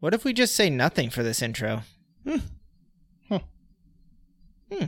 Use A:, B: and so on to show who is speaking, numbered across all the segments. A: What if we just say nothing for this intro?
B: Hmm. Huh.
A: Hmm.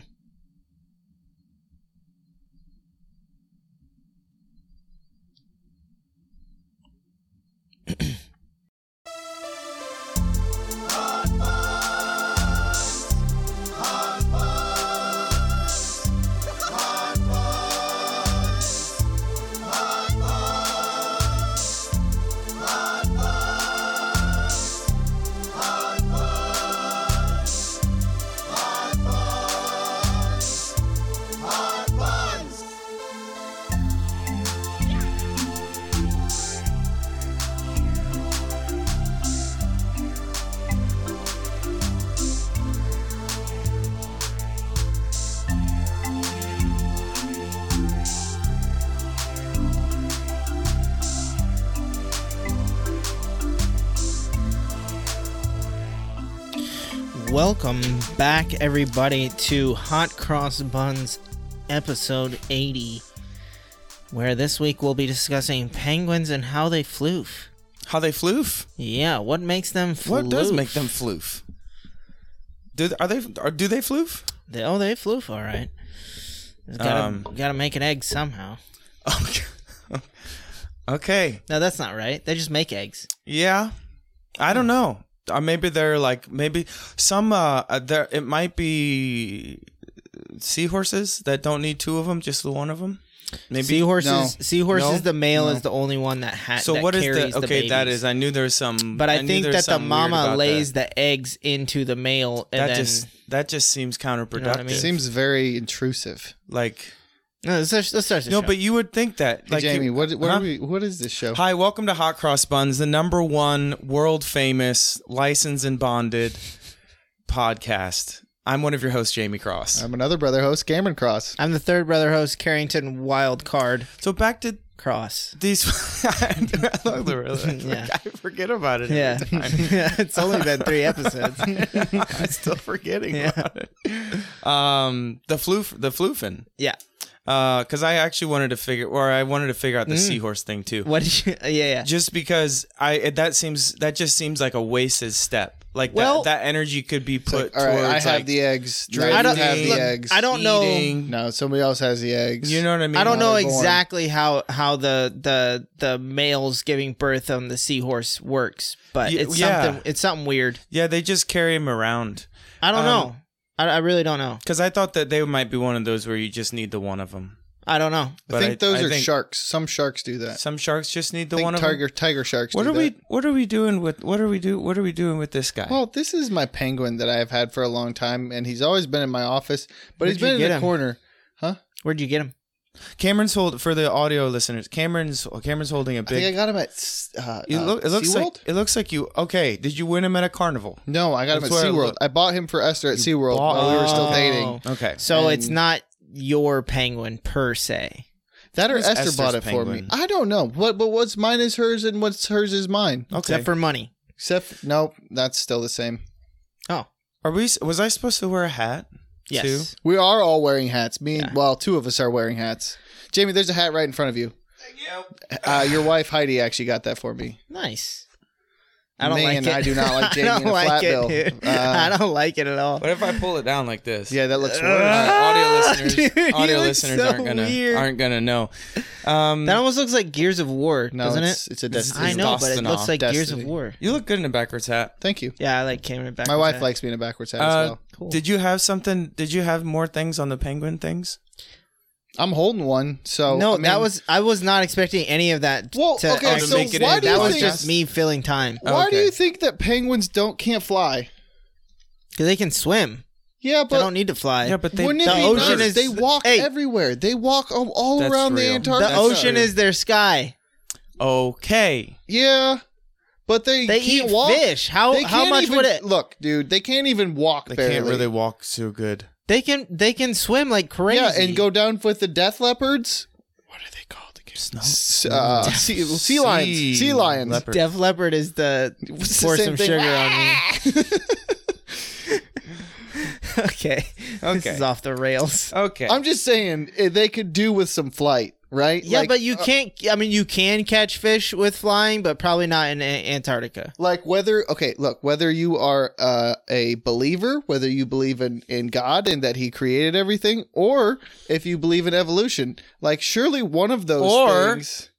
A: Welcome back, everybody, to Hot Cross Buns episode 80, where this week we'll be discussing penguins and how they floof.
B: How they floof?
A: Yeah, what makes them floof?
B: What does make them floof? Do are they are, do they floof?
A: They, oh, they floof, all right. It's Gotta,
B: Um.
A: gotta make an egg somehow.
B: Okay. okay.
A: No, that's not right. They just make eggs.
B: Yeah. I don't know. Or maybe they're like maybe some uh uh, there it might be seahorses that don't need two of them, just the one of them. Maybe
A: seahorses.
C: No.
A: Seahorses.
B: No?
A: The male is the only one that has.
B: So what is
A: carries
B: the okay? that
A: babies.
B: is. I knew there was some.
A: But I,
B: knew
A: think
B: there was
A: that the
B: something weird
A: mama
B: about
A: lays
B: That,
A: the eggs into the male, and
B: that
A: then
B: just that just seems counterproductive.
A: what I mean?
C: Seems very intrusive.
B: Like
A: no. Let's, let's start this
B: no,
A: show.
B: but you would think that.
C: Hey,
B: Like you-
C: Jamie, what what,
B: Huh?
C: are we, what is this show?
B: Hi, welcome to Hot Cross Buns, the number one world famous, licensed and bonded podcast. I'm one of your hosts, Jamie Cross.
C: I'm another brother host, Cameron Cross.
A: I'm the third brother host, Carrington Wild Card
B: so back to
A: Cross.
B: these. I forget about it. every
A: Yeah,
B: time.
A: it's only been three episodes.
B: I'm still forgetting
A: Yeah.
B: about it. Um, the floof, the floofin.
A: yeah.
B: because I actually wanted to figure, or I wanted to figure out the seahorse thing too.
A: What did you? Yeah, yeah.
B: Just because I that seems that just seems like a wasted step. Like
A: Well-
B: that, that energy could be put
C: Like, all right,
B: towards
C: I have
B: like,
C: the eggs. No,
B: I
C: I
B: don't-
C: don't have the
B: look,
C: eggs.
A: I don't know.
B: eating.
C: No, somebody else has the eggs.
B: You know what I mean?
A: I don't
C: how
A: know
C: they're born.
A: exactly how how the the the males giving birth on the seahorse works, but
B: Y-
A: it's
B: yeah.
A: something it's something weird.
B: Yeah, they just carry him around.
A: I don't
B: Um,
A: know. I, I really don't know.
B: Because I thought that they might be one of those where you just need the one of them.
A: I don't know.
C: I
B: But
C: think those are
B: think
C: sharks. Some sharks do that.
B: Some sharks just need the
C: I
B: one
C: think
B: of
C: tiger
B: them.
C: tiger sharks.
B: What
C: do
B: are we?
C: that.
B: What are we doing with? What are we do? What are we doing with this guy?
C: Well, this is my penguin that I've had for a long time, and he's always been in my office, but
A: Where'd
C: he's
A: you
C: been in
A: get
C: the
A: him?
C: corner.
A: Where'd you get him?
B: Cameron's hold for the audio listeners. Cameron's Cameron's holding a
C: I think I
B: big.
C: got him at. s- Uh,
B: it, look, it looks
C: SeaWorld?
B: like it looks like you. Okay, did you win him at a carnival?
C: No, I got him
B: That's
C: at
B: where I
C: SeaWorld.
B: looked.
C: I bought him for Esther at
B: You
C: SeaWorld
B: bought-
C: while we were still
A: Oh.
C: dating.
B: Okay.
A: So it's
C: And-
A: not your penguin per se.
C: That or
B: Who's
C: Esther
B: Esther's
C: bought it for
B: penguin?
C: me. I don't know. What but what's mine is hers and what's hers is mine.
B: Okay.
A: Except for money.
C: Except no, that's still the same.
B: Are we? Was I supposed to wear a hat?
A: Yes.
C: We are all wearing hats. Me and
A: Yeah.
C: well, two of us are wearing hats. Jamie, there's a hat right in front of you. Uh, your wife Heidi actually got that for me.
A: Nice. I don't
C: Man,
A: like it.
C: I do not like Jamie
A: I
C: in
A: don't
C: a
A: like
C: flat
A: it,
C: bill.
A: dude.
C: Uh,
A: I don't like it at all.
B: What if I pull it down like this?
C: Yeah, that looks
B: All
C: worse.
B: right, audio
A: Ah,
B: listeners,
A: dude, you
B: audio
A: look
B: listeners
A: so
B: aren't gonna
A: weird.
B: aren't gonna know. Um,
A: That almost looks like Gears of War,
C: No,
A: doesn't
C: it's
A: it?
C: it's a
B: This
C: destiny.
A: I
B: is
A: know, but it
B: Destiny.
A: looks like Gears of
C: Destiny.
A: War.
B: you look good in a backwards hat.
C: Thank you.
A: Yeah, I like Cameron back.
C: My
A: with
C: wife
A: that.
C: likes me in a backwards hat
B: Uh,
C: as well.
A: Cool.
B: Did you have something? Did you have more things on the penguin things?
C: I'm holding one, so
A: no,
C: I mean-
A: that was I was not expecting any of that.
C: Well,
A: to
C: okay,
A: actually
B: so
A: make it
B: why
A: in.
B: do you
A: that was
B: think-
A: just me filling time
C: Why do
B: Okay.
C: you think that penguins don't can't fly?
A: because they can swim.
C: Yeah,
A: they
C: but
A: don't need to fly.
B: yeah, but they,
C: Wouldn't it
A: the
C: be
A: ocean
C: nice?
A: is-
C: they walk
A: Hey.
C: everywhere. They walk all, all
B: That's
C: around
B: real.
C: the
A: the
C: Antarctic.
A: ocean
B: true.
A: is their sky.
B: okay.
C: yeah, but they
A: They
C: can't
A: eat
C: walk.
A: fish. How
C: They
A: how
C: can't
A: much
C: even-
A: would it?
C: look, dude? They can't even walk.
B: They
C: barely.
B: can't really walk so good.
A: They can they can swim like crazy.
C: Yeah, and go down with the death leopards,
B: What are they called again? Snow.
C: S- uh, sea, sea lions, sea lions.
B: leopard.
A: Def Leopard is the
C: It's the
A: pour some
C: same thing.
A: sugar on me. okay. This
B: Okay.
A: is off the rails.
B: Okay.
C: I'm just saying eh, they could do with some flight. right?
A: Yeah,
C: Like- uh,
A: but you can't. I mean, you can catch fish with flying, but probably not in A- Antarctica.
C: like whether okay look whether you are uh, a believer whether you believe in in god and that he created everything or if you believe in evolution like surely one of those
B: Or-
C: things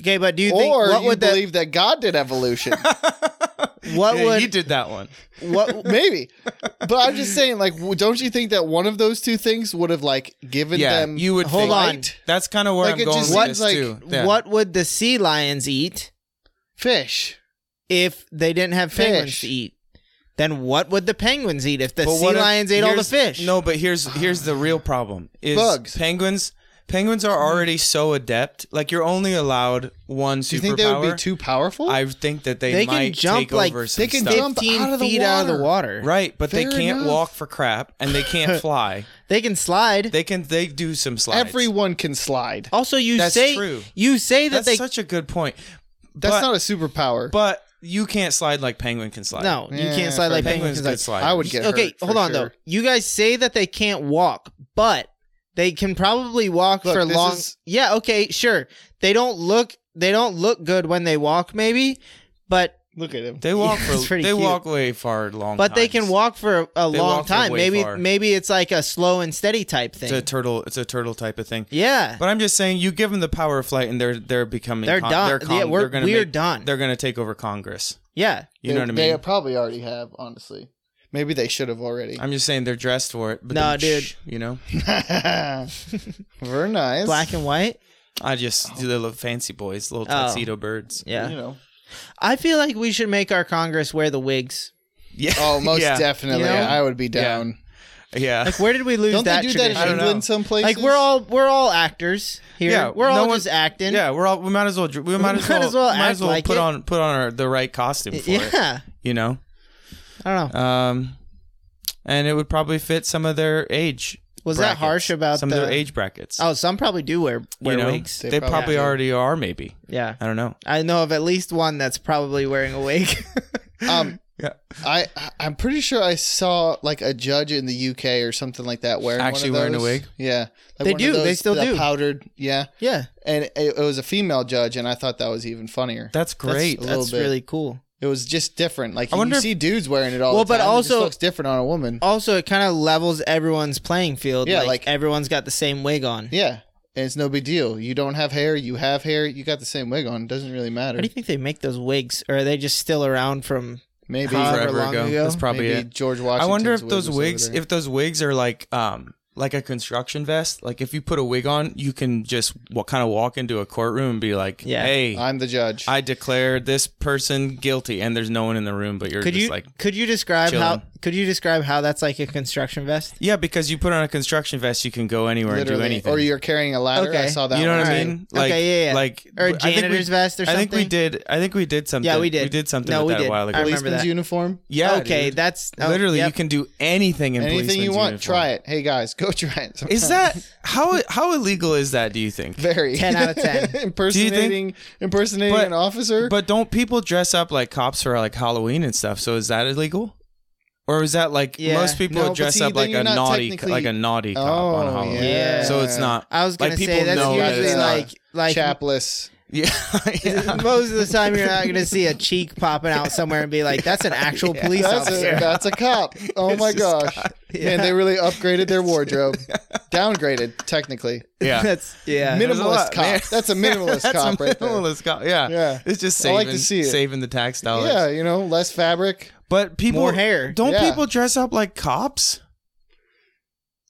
A: Okay, but do you think
C: or
A: what
C: you
A: would that?
C: believe that god did evolution
A: What
B: yeah,
A: would
B: you did that one?
A: what?
C: maybe but i'm just saying like w- don't you think that one of those two things would have like given
B: Yeah,
C: them
B: you would
A: Hold
B: think-
A: on.
B: That's kind of where
C: Like,
B: I'm
C: it
B: going
C: just
B: with
C: seems
B: this
C: like-
B: too. Yeah.
A: What would the sea lions eat
C: fish
A: if they didn't have penguins
C: Fish.
A: to eat? Then what would the penguins eat if the
B: But
A: sea
B: what if-
A: lions ate all the
B: here's-
A: fish?
B: No, but here's here's the real problem: is
C: Bugs.
B: Penguins. Penguins are already so adept. Like you're only allowed one superpower.
C: do you think they would be too powerful
B: I think that they,
A: They can
B: might
A: jump,
B: take
A: like,
B: over some
C: they can
B: stuff.
C: jump
A: fifteen
C: out of the
A: feet out of the
C: water.
A: water.
B: Right, but they
C: Fair
B: can't
C: enough.
B: walk for crap, and they can't fly.
A: They can slide.
B: they can they do some slides.
C: everyone can slide
A: also, you
B: That's
A: say
B: true.
A: you say that
B: that's
A: they
B: such a good point.
C: that's
B: but,
C: not a superpower
B: But you can't slide like penguin can slide.
A: no, you
C: Yeah,
A: can't slide like
B: penguins,
A: penguins.
B: can
A: can slide.
B: slide.
C: i would get
A: okay,
C: hurt for
A: hold on
C: sure.
A: though. You guys say that they can't walk, but they can probably walk
C: Look,
A: for
C: this
A: long.
C: is-
A: Yeah, okay, sure. They don't look they don't look good when they walk, maybe, but
C: look at him
B: They walk
A: Yeah,
B: for
A: it's pretty
B: they
A: cute.
B: walk way far long.
A: but they can
B: times.
A: walk for a, a
B: They
A: long
B: walk for
A: time.
B: way
A: Maybe
B: far.
A: maybe it's like a slow and steady type thing.
B: It's a turtle. It's a turtle type of thing.
A: yeah,
B: But I'm just saying, you give them the power of flight, and they're they're becoming
A: they're
B: con-
A: done.
B: They're, con-
A: yeah, we're
B: they're gonna
A: we're
B: make-
A: done.
B: They're gonna take over Congress.
A: Yeah,
B: You
C: they,
B: know what I
C: they
B: mean?
C: probably already have honestly maybe they should have already
B: I'm just saying they're dressed for it. But
A: Nah,
B: then,
A: dude.
B: shh, You know,
C: Very nice.
A: black and white.
B: I just do the little fancy boys, little
A: Oh.
B: tuxedo birds.
A: Yeah,
C: You know.
A: I feel like we should make our Congress wear the wigs.
B: Yeah.
C: Oh, most
B: yeah.
C: definitely.
A: You know?
C: I would be down.
B: Yeah.
A: Like, where did we lose
C: Don't
A: that
C: they do that
A: tradition?
C: in
B: I don't know.
C: England some places?
A: like, we're all we're all actors here.
B: Yeah,
A: we're
B: no
A: all
B: one-
A: just acting.
B: Yeah, we're all. We might as well. dr- We might as well. Might as well,
A: act like
B: put
A: it.
B: on put on our, the right costume for it.
A: yeah.
B: You know,
A: I don't know.
B: um, and it would probably fit some of their age.
A: Was
B: brackets,
A: that harsh about
B: some
A: the
B: of their age brackets?
A: Oh, some probably do wear
B: you
A: wear
B: know,
A: wigs.
B: they,
C: They
B: probably,
C: probably do.
B: already are. Maybe
A: Yeah,
B: I don't know.
A: I know of at least one that's probably wearing a wig.
C: Um,
B: Yeah.
C: I I- I'm pretty sure I saw like a judge in the UK or something like that wearing one of
B: Actually wearing a
C: those.
B: wig?
C: Yeah,
A: They
C: like one of
A: do. They still
C: the
A: do.
C: Powdered. Yeah,
A: yeah,
C: and it, it was a female judge, and I thought that was even funnier.
B: That's great.
C: a little
A: that's
C: bit.
A: really cool.
C: It was just different. Like
B: I wonder
C: you
B: if-
C: see dudes wearing it all.
A: Well,
C: the
A: but
C: time. it just
A: also-
C: looks different on a woman.
A: Also, it kind of levels everyone's playing field.
C: Yeah,
A: like,
C: like-
A: everyone's got the same wig on.
C: Yeah, and it's no big deal. You don't have hair. You have hair. You got the same wig on. It doesn't really matter.
A: How do you think they make those wigs, or are they just still around from?
C: Maybe
A: However
B: Forever
A: long
B: ago.
A: ago,
B: That's probably
C: maybe
B: it.
C: George
B: I
C: Washington.
B: wonder if those wigs, if those wigs are like, um, like a construction vest. Like if you put a wig on, you can just what kind of walk into a courtroom and be like,
A: Yeah.
B: hey, i
C: I'm the judge.
B: declare this person guilty, and there's no one in the room, but you're
A: Could
B: just
A: you
B: like.
A: could you describe how
B: chilling.
A: could you describe how that's like a construction vest?
B: Yeah, because you put on a construction vest, you can go anywhere
C: Literally.
B: and do anything.
C: Or you're carrying a ladder.
A: Okay.
C: I saw that.
B: you know
C: one
B: what I
A: Alright.
C: too.
B: mean?
A: Okay, yeah, yeah.
B: Like
A: Or a
B: I think
A: janitor's
B: we,
A: vest or
B: I think we
A: something?
B: did. I think we did something.
A: we did.
B: We did something.
A: No, we
B: with that
A: did.
B: A while ago.
A: I remember
C: Policeman's
A: that.
C: uniform.
B: Yeah.
A: okay,
B: dude.
A: that's oh,
B: literally
A: yep.
B: you can do anything in
C: Anything you
B: policeman's
C: want,
B: uniform.
C: try it. Hey guys, go try it.
B: Is that how how illegal is that? Do you think?
C: very
A: 10 out of 10.
C: impersonating impersonating
B: But-
C: an officer?
B: But don't people dress up like cops for like Halloween and stuff? So is that illegal? Or is that like
A: Yeah.
B: most people
C: No, but
B: dress
C: see,
B: up
C: then
B: like
C: you're
B: a
C: not
B: naughty
C: technically-
B: like a naughty cop on
C: Oh,
B: Halloween?
A: yeah.
B: So it's not.
A: I was gonna
B: like,
A: say
B: people
A: that's
B: know that
A: usually
B: it's
A: like
B: not.
A: like
C: chapless.
B: Yeah. yeah.
A: most of the time you're not gonna see a cheek popping out somewhere and be like, that's an actual police
C: That's a,
A: officer.
C: that's a cop. Oh my
B: It's just
C: gosh. Man, they really upgraded their wardrobe. Downgraded, technically.
B: Yeah.
A: That's yeah.
C: Min-
B: There's a
C: Minimalist cop.
B: man.
C: That's a minimalist
B: That's
C: cop
B: a
C: right there.
B: minimalist cop. Yeah. Oh,
C: Yeah.
B: It's just
C: I
B: saving,
C: like to see it.
B: saving the tax dollars.
C: Yeah, you know, less fabric.
B: But people
A: More hair.
B: Don't
C: Yeah.
B: people dress up like cops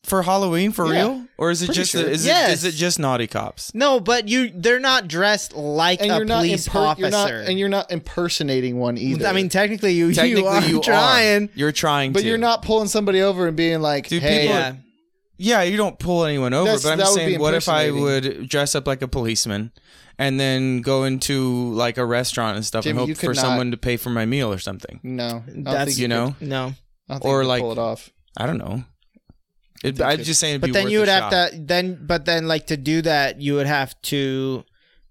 B: for Halloween for
C: Yeah.
B: real? Or is it
C: Pretty
B: just
C: sure.
B: is,
A: Yes.
B: it, is it just naughty cops?
A: no, but you they're not dressed like
C: And
A: a
C: you're not,
A: police
C: imper-
A: officer.
C: you're not and you're not impersonating one either.
A: I mean technically you
B: Technically,
A: you are trying.
B: You're trying,
C: but
B: to.
C: you're not pulling somebody over and being like,
B: Dude,
C: "Hey,
B: people-
A: Yeah.
B: Yeah, you don't pull anyone over.
C: That's-
B: But I'm
C: that
B: just
C: would be
B: saying, what if I
C: impersonating.
B: would dress up like a policeman and then go into like a restaurant and stuff
C: Jimmy,
B: and
C: you
B: hope
C: could
B: for
C: not-
B: someone to pay for my meal or something?
C: no, I don't
A: That's-
C: think
B: You know,
A: No.
C: I don't think
B: Or
C: you could
B: like-
C: pull it off."
B: I don't know. It,
C: Think
B: I'm
C: it-
B: just saying, it'd
A: But
B: be
A: then
B: worth
A: you
B: a
A: would have
B: shot.
A: to then but then like to do that you would have to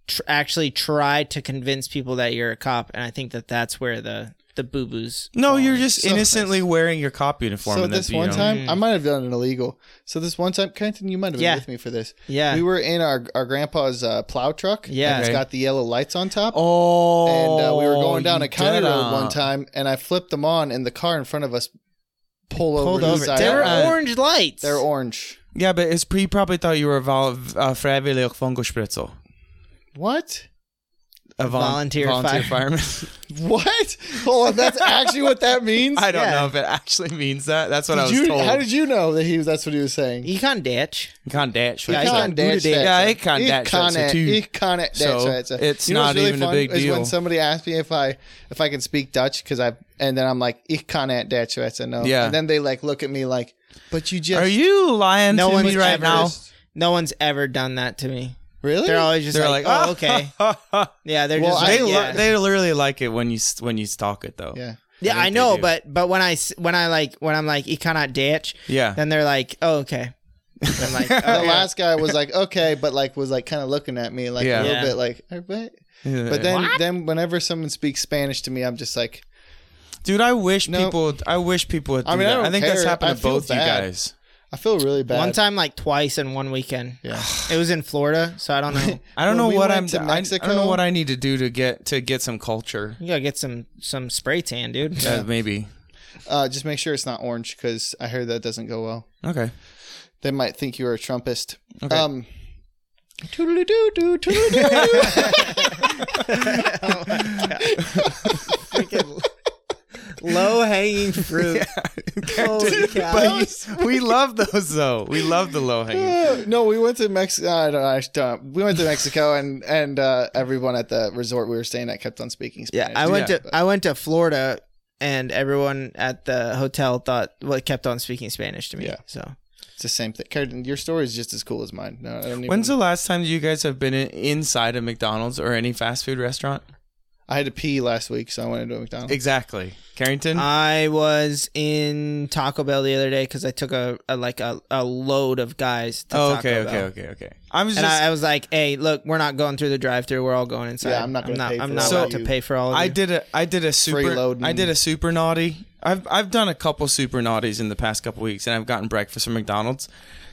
A: tr- actually try to convince people that you're a cop and I think that that's where the the boo boos.
B: No, you're just
C: So-
B: innocently wearing your cop uniform.
C: So
B: and then,
C: this
B: you
C: one
B: know.
C: time,
A: Mm.
C: I might have done it illegal. So this one time, Kenton, you might have been
A: Yeah.
C: with me for this.
A: Yeah.
C: We were in our, our grandpa's uh, plow truck.
A: Yeah.
C: and it's
B: Okay.
C: got the yellow lights on top.
B: Oh,
C: and uh, we were going down
B: you
C: a county
B: did
C: road
B: it.
C: one time, and I flipped them on, and the car in front of us pulled over.
A: pulled
C: to the
A: over.
C: side.
A: They were
B: uh,
A: orange lights.
C: They're orange.
B: Yeah, but it's, he probably thought you were a vol- uh, freiwillig Fungospritzel.
C: What?
B: A
A: Volunteer
B: volunteer
A: fire-
B: fireman.
C: What? Hold on, that's actually what that means.
B: I don't
A: Yeah.
B: know if it actually means that. That's what I
C: did
B: was
C: you,
B: told.
C: how did you know that he was? That's what he was saying.
A: You can't ditch.
B: Can't dance with
A: Yeah,
B: that.
A: I can't- do that.
B: Yeah, I can't
C: Ich
B: that shit,
C: kann
B: so
C: it.
B: too.
C: Ich kann it.
B: So,
C: That's right.
B: it's
C: you know what's
B: not
C: really
B: even a
C: fun
B: big
C: is when
B: deal.
C: somebody asks me if I if I can speak Dutch because I and then I'm like ich kann it Dutch. That's I know.
B: Yeah.
C: And then they like look at me like, but you just
B: Are you lying
A: No
B: to
A: one's
B: me right
A: ever-
B: now?
A: No one's ever done that to me.
C: really?
A: They're always just
B: They're
A: like,
B: like, "Ah."
A: oh, okay. Yeah, they're
C: Well,
A: just
C: I
A: like,
B: They li-
A: yeah.
B: they literally like it when you s- when you stalk it though.
C: yeah.
A: yeah,
B: think
A: I
B: they
A: know,
B: do.
A: but but when I s- when I like when I'm like, you cannot ditch,
B: Yeah.
A: then they're like, oh, okay. And I'm like,
C: The
A: oh, yeah.
C: last guy was like okay, but like was like kind of looking at me like
B: Yeah.
C: a little
A: Yeah.
C: bit like, "All right."
B: Yeah.
C: but then then whenever someone speaks Spanish to me, I'm just like,
B: dude, I wish
C: No.
B: people. I wish people would. Do
C: I mean, I
B: that.
C: don't
B: think that's
C: care.
B: happened
C: I
B: to
C: feel
B: both you
C: bad.
B: guys.
C: I feel really bad.
A: One time, like twice in one weekend.
C: Yeah.
A: It was in Florida, so I don't know.
B: I don't
C: When
B: know
C: we
B: what
C: went
B: I'm.
C: to
B: I- I,
C: Mexico-
B: don't know what I need to do to get to get some culture.
A: You gotta get some some spray tan, dude.
B: Uh, maybe.
C: uh, just make sure it's not orange because I heard that doesn't go well.
B: Okay.
C: They might think you're a Trumpist.
B: Okay.
C: Um, toodaloo-doo-doo, toodaloo-doo.
A: Low hanging fruit. Holy cow.
B: But you- we love those though. We love the low hanging.
C: no, we went to Mexico. I don't know. I don't. We went to Mexico, and and uh, everyone at the resort we were staying at kept on speaking Spanish.
A: Yeah, I went
B: Yeah.
A: to I went to Florida, and everyone at the hotel thought well kept on speaking Spanish to me.
C: Yeah.
A: So
C: It's the same thing. Carden, your story is just as cool as mine. No, I don't even.
B: When's the last time you guys have been in, inside a McDonald's or any fast food restaurant?
C: I had to pee last week, so I went into a McDonald's.
B: Exactly, Carrington.
C: Uh,
A: I was in Taco Bell the other day because I took a, a like a, a load of guys. To
B: oh,
A: Taco
B: okay,
A: Bell.
B: okay, okay, okay. I'm just.
A: And I, I was like, "Hey, look, we're not going through the drive-through. We're all going inside.
C: Yeah, I'm not gonna
A: I'm not,
C: pay for
A: I'm
C: all
A: not
B: of
A: allowed to
C: you.
A: pay for all of
B: I
A: you.
B: did a I did a super
C: Freeloading.
B: I did a super naughty. I've I've done a couple super naughties in the past couple weeks, and I've gotten breakfast from McDonald's.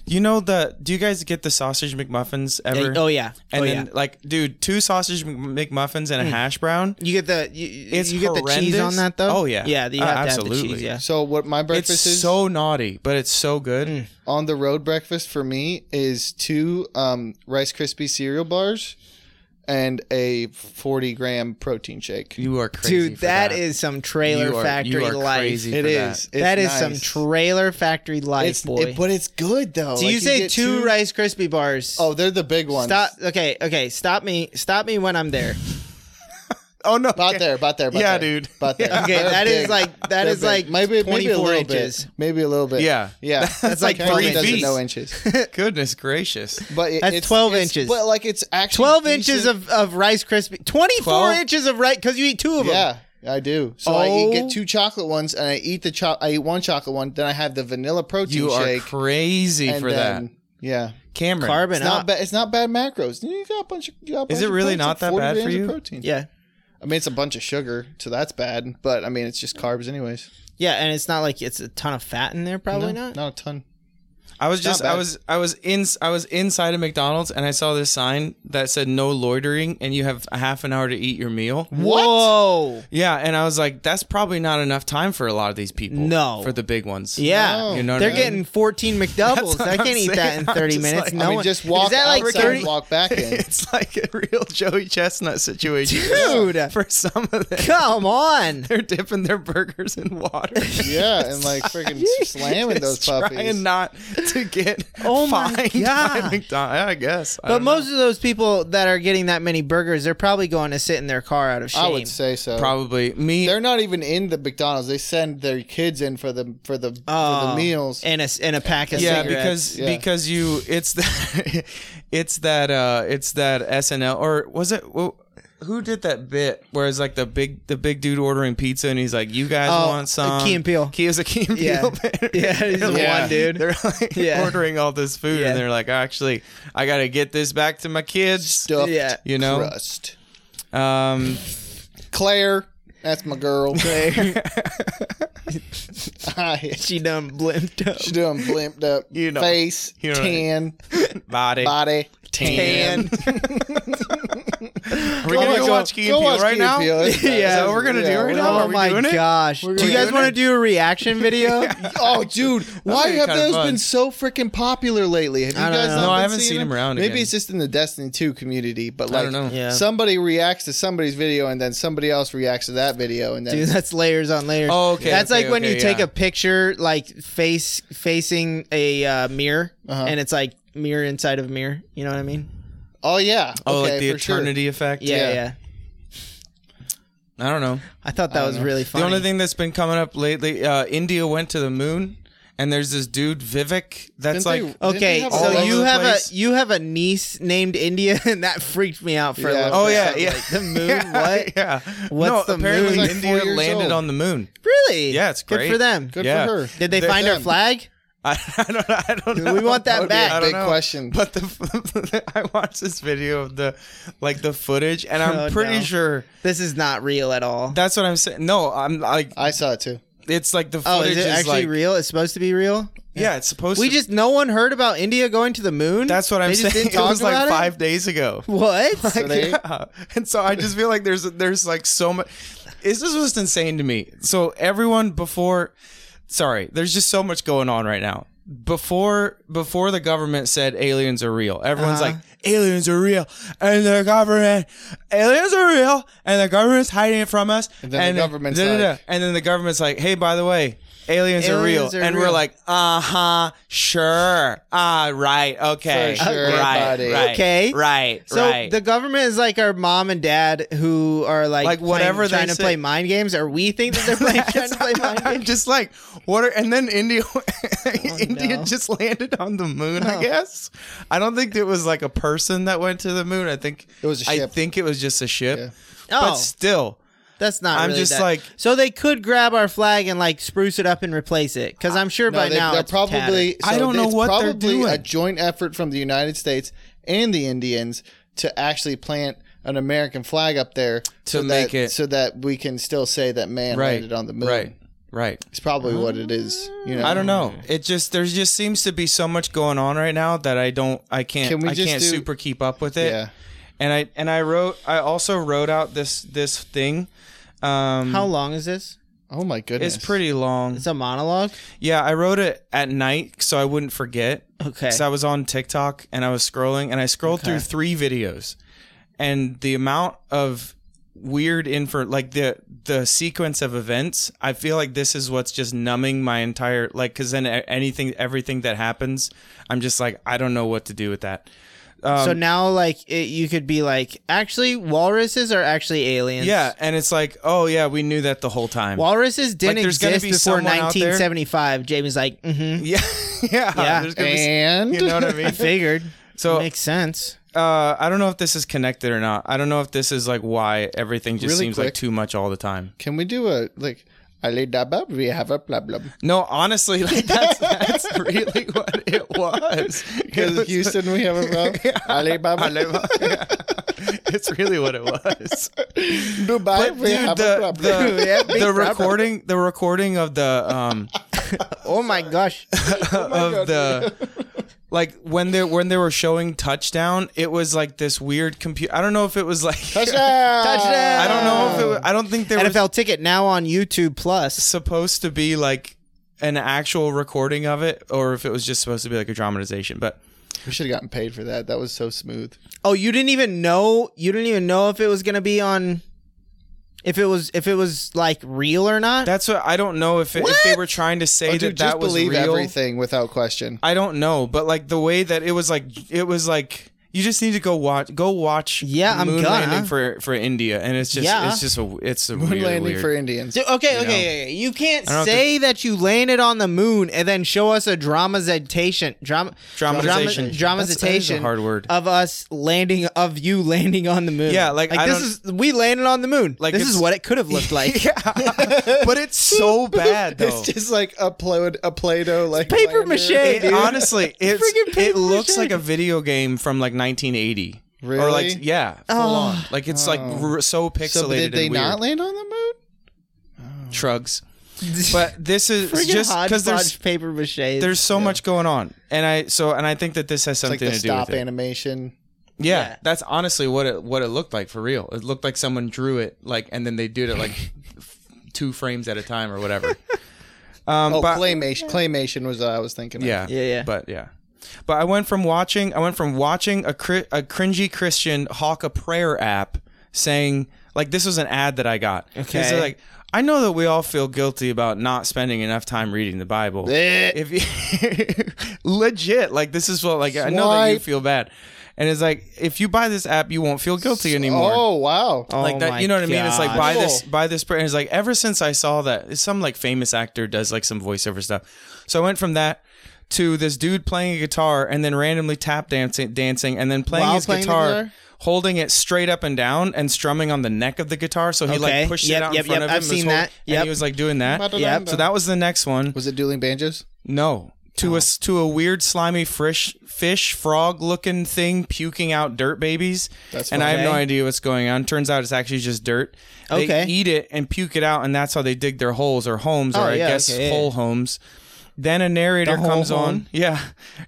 B: You know the Do you guys get the sausage McMuffins ever?
A: oh yeah.
B: And
A: oh
B: then
A: yeah.
B: like, dude, two sausage Mc- McMuffins and a hash brown.
A: You get the you,
B: It's
A: you get the cheese
B: horrendous.
A: on that though.
B: Oh, yeah.
A: Yeah. You
B: Uh,
A: have to have the cheese.
B: absolutely.
A: Yeah.
C: So what my
B: It's
C: breakfast is
B: so naughty, but it's so good.
A: Hmm.
C: on the road breakfast for me is two um, Rice Krispie cereal bars and a 40 gram protein shake.
B: You are crazy,
A: Dude,
B: for
A: that
B: that
A: is some
B: You
A: trailer
B: are-
A: factory
B: you are
A: life.
B: Crazy
C: It
B: for
C: is.
B: that.
C: It's
A: that is
C: nice.
A: some trailer factory life,
C: It's,
A: boy.
C: it- but it's good though.
A: Do
C: Like,
A: you say
C: get
A: two, Rice Krispie bars?
C: Oh, they're the big ones.
A: stop. Okay, okay. Stop me. Stop me when I'm there.
B: Oh no,
C: About there, about there, about
B: Yeah,
C: there,
B: dude.
C: About there.
A: Okay,
C: They're
A: that is
C: big.
A: like that
C: They're
A: is
C: big.
A: like
C: maybe maybe a
A: 24
C: little
A: inches.
C: bit, maybe a little bit.
B: Yeah.
C: yeah.
A: That's like
C: Carlton
A: 12
C: doesn't
A: inches.
C: know inches,
B: Goodness gracious.
C: but it-
A: That's
C: it's-
A: 12
C: it's-
A: inches.
C: But like it's actually
A: Twelve
C: decent.
A: inches of, of Rice Krispie. Twenty four
B: 12?
A: inches of rice because you eat two of them.
C: Yeah, I do. So I
A: Oh.
C: eat, get two chocolate ones, and I eat the cho- I eat one chocolate one, then I have the vanilla protein
B: You are
C: shake.
B: crazy
C: and
B: for
C: then,
B: that,
C: Yeah,
B: Cameron.
A: Carbon
C: it's
A: up.
C: not bad. It's not bad macros. You got a bunch of. You got a bunch
B: it
C: of
B: really
C: protein,
B: not that
C: 40
B: bad for
C: grams of
B: you?
C: Protein.
A: yeah,
C: I mean it's a bunch of sugar, so that's bad. But I mean it's just carbs anyways.
A: yeah, and it's not like it's a ton of fat in there. Probably
C: No,
A: not.
C: not a ton.
B: I was just
C: not
B: I
C: bad.
B: was I was in I was inside a McDonald's and I saw this sign that said no loitering and you have a half an hour to eat your meal.
A: Whoa.
B: Yeah, and I was like, that's probably not enough time for a lot of these people.
A: No.
B: for the big ones.
A: Yeah,
C: No.
B: You know what
A: they're
B: I mean?
A: getting fourteen McDoubles. I
B: what
A: can't
B: I'm
A: eat that
B: saying.
A: in
B: I'm
A: thirty
B: just
A: minutes.
B: like-
A: no
C: I mean
A: one.
C: just walk
A: is that like
C: outside,
A: 30
C: walk back in.
B: it's like a real Joey Chestnut situation,
A: Dude.
B: For some of them,
A: Come on.
B: they're dipping their burgers in water.
C: Yeah, and like freaking slamming those
B: Just
C: puppies.
B: Trying not to get
A: Oh my
B: fined
A: God.
B: by McDonald's. I guess. I
A: But
B: don't know.
A: most of those people that are getting that many burgers, they're probably going to sit in their car out of shame.
C: I would say so.
B: probably me.
C: They're not even in the McDonald's. They send their kids in for the for the for
A: Oh,
C: the
B: Um,
C: meals.
A: and a s- and a pack of
B: yeah,
A: cigarettes.
B: because
C: yeah.
B: because you it's that it's that uh it's that SNL or was it wh- who did that bit where it's like the big the big dude ordering pizza and he's like you guys
A: Oh,
B: want some
A: Key and Peele.
B: he was a Key and
A: Yeah.
B: Peele bit.
A: Yeah, he's the
B: They're like-
A: one dude.
B: they're like
A: Yeah.
B: ordering all this food
A: Yeah.
B: and they're like actually I gotta get this back to my kids
C: Stuffed
A: Yeah.
B: you know
C: crust.
B: um
C: Claire. That's my girl. Hi.
A: She done blimped up.
C: She done blimped up.
B: You know.
C: Face,
B: You know.
C: tan,
B: Body.
C: body, tan.
B: Tan. Are we gonna
C: Oh,
B: go watch Key and
C: go
B: Peele
C: watch
B: right
C: Key and
B: now?
C: Peele. It's-
B: Is
A: Yeah.
B: that what we're gonna do
C: Yeah,
B: right
C: we're
B: now? Are
A: Oh
B: we
A: my
B: doing it?
A: gosh.
C: We're
A: Do you
C: gonna
A: guys
C: do
A: want to
C: it?
A: do a reaction video?
C: Oh, dude, why
B: be
C: have
B: kinda
C: those
B: fun.
C: been so freaking popular lately? Have you
A: I don't
C: guys
A: know.
C: not
B: No, I
C: been
B: haven't
C: seeing
B: seen
C: them?
B: them around
C: Maybe
B: again.
C: it's just in the Destiny 2 community, but
B: I don't
C: like
B: know.
A: Yeah.
C: somebody reacts to somebody's video and then somebody else reacts to that video and then
A: Dude, that's layers on layers.
B: Oh, okay,
A: That's
B: okay,
A: like when
B: okay,
A: you take
B: yeah.
A: a picture, like face facing a uh, mirror,
C: Uh-huh.
A: and it's like mirror inside of mirror. You know what I mean?
C: Oh yeah.
B: Oh,
C: okay,
B: like the
C: for sure.
B: eternity effect.
A: Yeah, yeah.
C: Yeah.
B: I don't know.
A: I thought that
C: don't
A: was
C: know.
A: really funny.
B: The only thing that's been coming up lately, uh, India went to the moon, and there's this dude Vivek. That's
C: Didn't they-
B: like,
C: didn't they
A: Okay,
C: have
B: all
A: so
B: over
A: you
B: the
A: have
B: place?
A: a you have a niece named India, and that freaked me out for a
C: Yeah.
A: little.
B: oh
A: bit.
B: yeah,
A: I was
B: yeah,
A: like, the moon.
B: Yeah,
A: What?
B: Yeah.
A: What's
B: no,
A: the
B: apparently
A: moon?
C: Like four
B: India
C: years
B: landed
C: old.
B: on the moon.
A: Really?
B: Yeah, it's
A: Good for
B: great.
A: them.
C: Good
B: Yeah.
C: for her.
A: Did they
C: Good
A: find our
C: them.
A: flag?
B: I, I don't. I don't know.
A: We want
C: That
A: that
C: would be
A: back.
B: I
C: a
B: don't
C: big
B: know.
C: question.
B: But the I watched this video of the like the footage, and I'm
A: Oh,
B: pretty
A: no.
B: sure
A: This is not real at all.
B: that's what I'm saying. No, I'm like
C: I saw it too.
B: it's like the
A: oh,
B: footage
A: is it actually
B: like
A: real? It's supposed to be real.
B: yeah, it's supposed
A: We
B: to.
A: just no one heard about India going to the moon.
B: that's what I'm
A: they
B: saying.
A: Just didn't
B: it
A: talk
B: was like
A: about
B: five days ago.
A: It? What?
C: So they-
B: Yeah. And so I just feel like there's there's like so much. This is just insane to me. So everyone before, sorry, there's just so much going on right now. Before before the government said aliens are real, everyone's
A: Uh-huh.
B: like aliens are real, and the government aliens are real, and the government's hiding it from us. And
C: then the government's like-
B: and then the government's like, hey, by the way. Aliens, are real,
A: Aliens are
B: and we're
A: real.
B: like, uh huh, sure, ah, right, okay,
C: For sure,
B: right,
C: buddy.
B: right,
A: Okay.
B: right,
A: So
B: right.
A: the government is like our mom and dad who are like,
B: Like,
A: playing-
B: whatever they
A: trying to
B: say.
A: play mind games, or we think that they're playing, trying to play mind
B: I'm
A: games.
B: just like, what are, and then India,
A: Oh,
B: India
A: no. Oh.
B: just landed on the moon, I guess. I don't think it was like a person that went to the moon. I think
C: It was a
B: I
C: ship.
B: think it was just a ship.
C: Yeah.
B: But
A: Oh.
B: still,
A: That's not.
B: I'm
A: really
B: just
A: that-
B: like-
A: so they could grab our flag and like spruce it up and replace it, because I'm sure
C: No,
A: by
C: they,
A: now
C: they're
A: it's tattered.
C: probably.
B: I
C: so
B: don't know
C: it's
B: what they're
C: probably a
B: doing.
C: joint effort from the United States and the Indians to actually plant an American flag up there to
B: make
C: that,
B: it-
C: so that we can still say that man
B: right,
C: landed on the moon.
B: right, right.
C: It's probably what it is. You know,
B: I don't know. It just there just seems to be so much going on right now that I don't I can't
C: Can we
B: I
C: just
B: can't
C: do-
B: super keep up with it.
C: Yeah.
B: And I and I wrote I also wrote out this this thing. Um
C: Mm.
A: How long is this?
C: Oh my goodness.
B: it's pretty long.
A: It's a monologue.
B: Yeah, I wrote it at night so I wouldn't forget.
A: Okay.
B: Because I was on TikTok and I was scrolling and I scrolled through three videos, and the amount of weird info, like the the sequence of events, I feel like this is what's just numbing my entire like. Because then a- anything, everything that happens, I'm just like, I don't know what to do with that.
A: so
B: um,
A: now, like, it, you could be like, actually, walruses are actually aliens.
B: Yeah, and it's like, oh yeah, we knew that the whole time.
A: Walruses didn't
B: there's gonna
A: exist
B: be
A: before
B: someone out there-
A: 1975. Jamie's like, mm-hmm.
B: yeah, yeah,
A: Yeah.
B: there's gonna be s-
C: And
B: you know what I
A: I
B: mean?
A: figured.
B: So-
A: makes sense.
B: Uh, I don't know if this is connected or not. I don't know if this is like why everything just
C: Really
B: seems like
C: quick.
B: too much all the time.
C: Can we do a like? I laid that up. We have a problem
B: No, honestly, like that's that's really what it was. It
C: because
B: was-
C: Houston, we have a problem. Alibaba,
B: it's really what it was.
C: Dubai,
B: But
C: we
B: dude,
C: have a
B: the,
C: problem.
B: the, the recording, the recording of the um
A: Oh my gosh.
B: of the like when they when they were showing touchdown, it was like this weird computer. I don't know if it was like
C: Touchdown!
A: Touchdown!
B: I don't know if it. Was, I don't think they were
A: NFL ticket now on YouTube Plus.
B: supposed to be like an actual recording of it, or if it was just supposed to be like a dramatization. But
C: We should have gotten paid for that. That was so smooth.
A: Oh, you didn't even know. You didn't even know if it was gonna be on. If it was, if it was like real or not.
B: that's what I don't know if it, if they were trying to say
C: Oh,
B: that
C: dude,
B: that
C: just
B: was
C: believe
B: real.
C: everything without question.
B: I don't know, but like the way that it was like it was like you just need to go watch go watch
A: Yeah,
B: the
A: I'm
B: moon
A: gonna.
B: landing for for India and it's just
A: Yeah.
B: it's just a it's a
C: Moon
B: really
C: landing
B: weird.
C: for Indians.
A: Dude, okay, okay,
B: know?
A: okay, okay. You can't
B: don't have
A: say that you landed on the moon and then show us a dramatization, drama, drama-
B: Dramatization.
A: dramatization.
B: That's- that is a hard word.
A: of us landing, of you landing on the moon.
B: Yeah, like, I
A: this is
B: don't-
A: we landed on the moon. Like
B: Like,
A: this is
B: it's-
A: what it could have looked like.
B: yeah, but it's so bad though.
C: It's just like a play a Play-Doh like
A: paper
C: lander.
A: mache,
B: It-
A: dude.
B: honestly, it's
A: Friggin'
B: it
A: paper
B: looks
A: mache.
B: like a video game from like 1980. Or
C: Really?
B: like yeah, full on. Like it's like r- so pixelated
C: So did they
B: and weird.
C: not land on the moon?
B: trugs. But this is just because there's
A: paper mache.
B: there's so much going on, and I so and I think that this has
C: It's like
B: something
C: the
B: to do with
C: stop
B: it.
C: animation.
B: Yeah,
A: Yeah.
B: that's honestly what it what it looked like for real. It looked like someone drew it like, and then they did it like f- two frames at a time or whatever. Um,
C: Oh,
B: but
C: claymation. Claymation was what I was thinking. of.
B: yeah,
A: Yeah, yeah.
B: but yeah, but I went from watching I went from watching a cri- a cringy Christian hawk a prayer app saying like this was an ad that I got.
A: Okay.
B: It's like I know that we all feel guilty about not spending enough time reading the Bible.
C: Eh.
B: if you legit like this is what like I know that you
C: Swipe.
B: feel bad, and it's like if you buy this app, you won't feel guilty anymore
C: Oh wow.
A: Oh
B: like that
A: my
B: you know what i mean it's like
A: gosh.
B: buy
C: Cool.
B: this buy this print it's like ever since i saw that some like famous actor does like some voiceover stuff so i went from that to this dude playing a guitar and then randomly tap dancing dancing and then playing
C: While
B: his
C: playing the
B: guitar,
C: guitar?
B: holding it straight up and down and strumming on the neck of the guitar so he
A: Okay.
B: like pushed
A: Yep,
B: it out
A: yep,
B: in front
A: yep.
B: of him
A: I've
B: this
A: seen
B: whole-
A: that.
B: and
A: Yep.
B: he was like doing that
A: Yep.
B: so that was the next one
C: was it dueling banjos.
B: no to
A: Oh.
B: a s- to a weird slimy fish fish frog looking thing puking out dirt babies.
C: That's
B: and I have no
A: okay.
B: idea what's going on. Turns out it's actually just dirt. They
A: Okay. Oh,
B: eat it and puke it out, and that's how they dig their holes or homes or I
A: yeah,
B: guess
A: okay, yeah.
B: whole homes. Then a narrator
A: The whole
B: comes
A: home.
B: on. Yeah.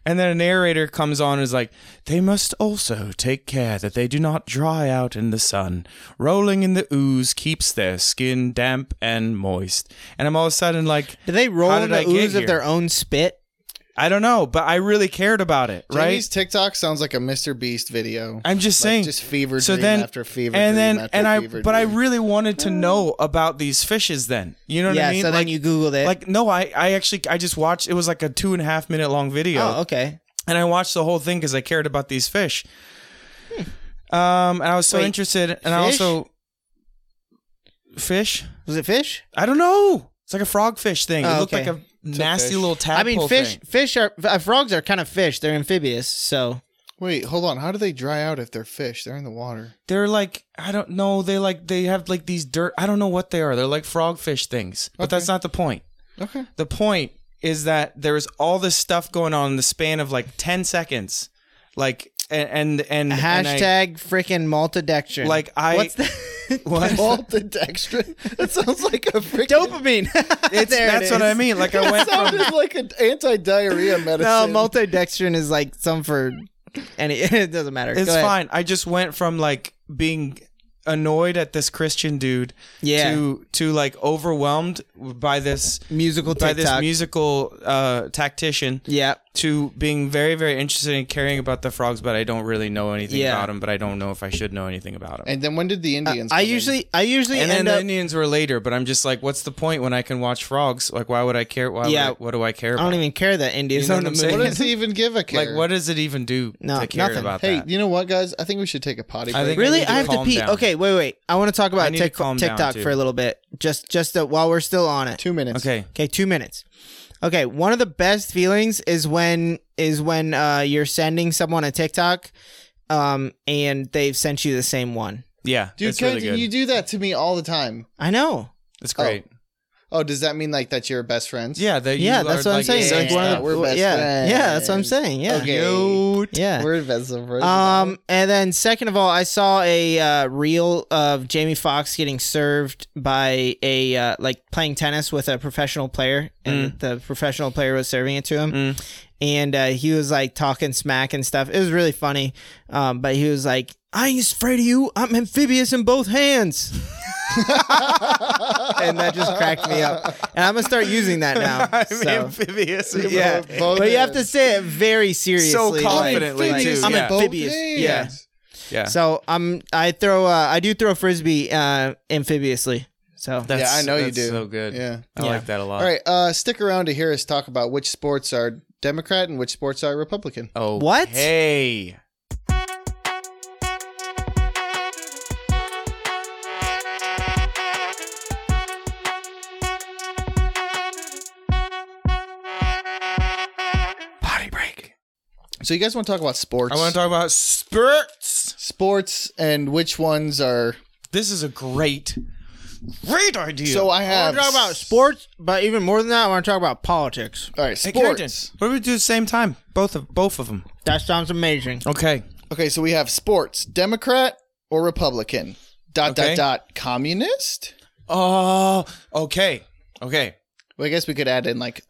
B: And then a narrator comes on and is like, they must also take care that they do not dry out in the sun. Rolling in the ooze keeps their skin damp and moist. And I'm all of a sudden like,
A: Do they roll
B: How did
A: in the
B: I get
A: ooze of
B: here?
A: their own spit?
B: I don't know, but I really cared about it, right?
C: Jamie's TikTok sounds like a Mr. Beast video.
B: I'm just
C: Like,
B: saying.
C: just fever
B: so
C: dream
B: then,
C: after fever dream
B: and then,
C: after
B: and I,
C: fever
B: but I
C: dream.
B: really wanted to know about these fishes. Then you know what
A: yeah.
B: I mean?
A: so
B: like,
A: then you Googled it.
B: like no, I, I actually, I just watched. It was like a two and a half minute long video,
A: oh, okay.
B: and I watched the whole thing because I cared about these fish. Um, and I was so
A: Wait,
B: interested, and I
A: fish?
B: also fish.
A: Was it fish?
B: I don't know. It's like a frogfish thing.
A: Oh,
B: it looked
A: okay.
B: like a nasty
C: fish.
B: little
A: I
B: tadpole.
A: mean, fish.
B: thing.
A: Fish are uh, frogs are kind of fish. They're amphibious, so
C: Wait, hold on. How do they dry out if they're fish? They're in the water.
B: They're like I don't know. They like they have like these dirt. I don't know what they are. They're like frogfish things, but that's not the point.
C: Okay.
B: The point is that there's all this stuff going on in the span of like 10 seconds. Like and and, and and I-
A: hashtag freaking maltodextrin.
B: like I
A: what's that?
B: what?
C: Maltodextrin. That sounds like a freaking.
A: Dopamine.
B: It's,
A: There it
B: that's what
A: is.
B: I mean. Like I
C: That
B: went from
C: sounded like an anti-diarrhea medicine.
A: No, maltodextrin is like some for any. It doesn't matter.
B: it's
A: Go ahead.
B: fine. I just went from like being annoyed at this Christian dude
A: Yeah.
B: to to like overwhelmed by this
A: Musical
B: by
A: TikTok.
B: this musical uh tactician
A: yeah.
B: to being very very interested in caring about the frogs but I don't really know anything
A: Yeah.
B: about them but I don't know if I should know anything about them.
C: and then when did the Indians?
A: I
C: come in?
A: usually, I usually
B: and then
A: end
B: the
A: up.
B: Indians were later, but I'm just like, what's the point when I can watch frogs? Like, why would I care? Why
A: Yeah.
B: would I, what do I care
A: I
B: about?
A: don't even care that Indians
B: You know
A: on the
B: what I'm
A: moon.
C: What
B: saying?
C: does he even give a care?
B: like, what does it even do
A: No,
B: to care
A: nothing.
B: about
C: Hey,
B: that?
C: you know what, guys? I think we should take a potty
B: I
C: break.
B: think-
A: Really,
B: need to
A: I have to
B: calm
A: pee.
B: down.
A: Okay, wait, wait. I want to talk about
B: need to
A: tic-
B: calm down,
A: TikTok
B: too.
A: for a little bit, just just that while we're still on it.
C: Two minutes.
B: okay,
A: Okay, two minutes. Okay, one of the best feelings is when is when uh, you're sending someone a TikTok, um, and they've sent you the same one.
B: yeah,
C: Dude,
B: it's really
C: Kenzie,
B: good.
C: you do that to me all the time.
A: I know.
B: it's great.
C: Oh, does that mean like that's your best friends?
B: Yeah, that you
A: yeah,
B: are,
A: that's what I'm
B: like,
A: saying.
B: saying
A: Like one of
C: that.
A: the,
C: We're best
A: yeah, yeah, that's what I'm
C: friends.
A: saying. Yeah,
C: Okay.
A: yeah.
C: We're best friends.
A: Um, and then second of all, I saw a uh, reel of Jamie Foxx getting served by a uh, like playing tennis with a professional player, and the professional player was serving it to him, and uh, he was like talking smack and stuff. It was really funny, um, but he was like, "I ain't afraid of you. I'm amphibious in both hands." and that just cracked me up, and I'm gonna start using that now.
B: I'm
A: so.
B: amphibious.
A: Yeah,
C: both
A: but you have to
C: hands.
A: say it very seriously, like-
B: confidently,
A: like,
B: too,
A: I'm
B: yeah.
A: amphibious. Yeah. So um, I throw uh, I do throw frisbee uh, amphibiously. So
B: That's,
C: I know you
B: that's
C: do.
B: So good.
C: Yeah.
B: I
A: Yeah.
B: like that a lot.
C: All right, uh, stick around to hear us talk about which sports are Democrat and which sports are Republican.
B: Oh,
A: What?
B: Hey. Potty break.
C: So you guys want to talk about sports?
B: I want to talk about spurts.
C: sports and which ones are.
B: This is a great, great idea.
C: So I have.
A: talk about sports, but even more than that, I want to talk about politics.
C: All right,
B: Hey,
C: sports.
B: Carrington, what do we do at the same time? Both of both of them.
A: That sounds amazing.
B: Okay.
C: Okay, so we have sports, Democrat or Republican. Dot
B: Okay.
C: dot dot communist.
B: Oh, okay, okay.
C: Well, I guess we could add in like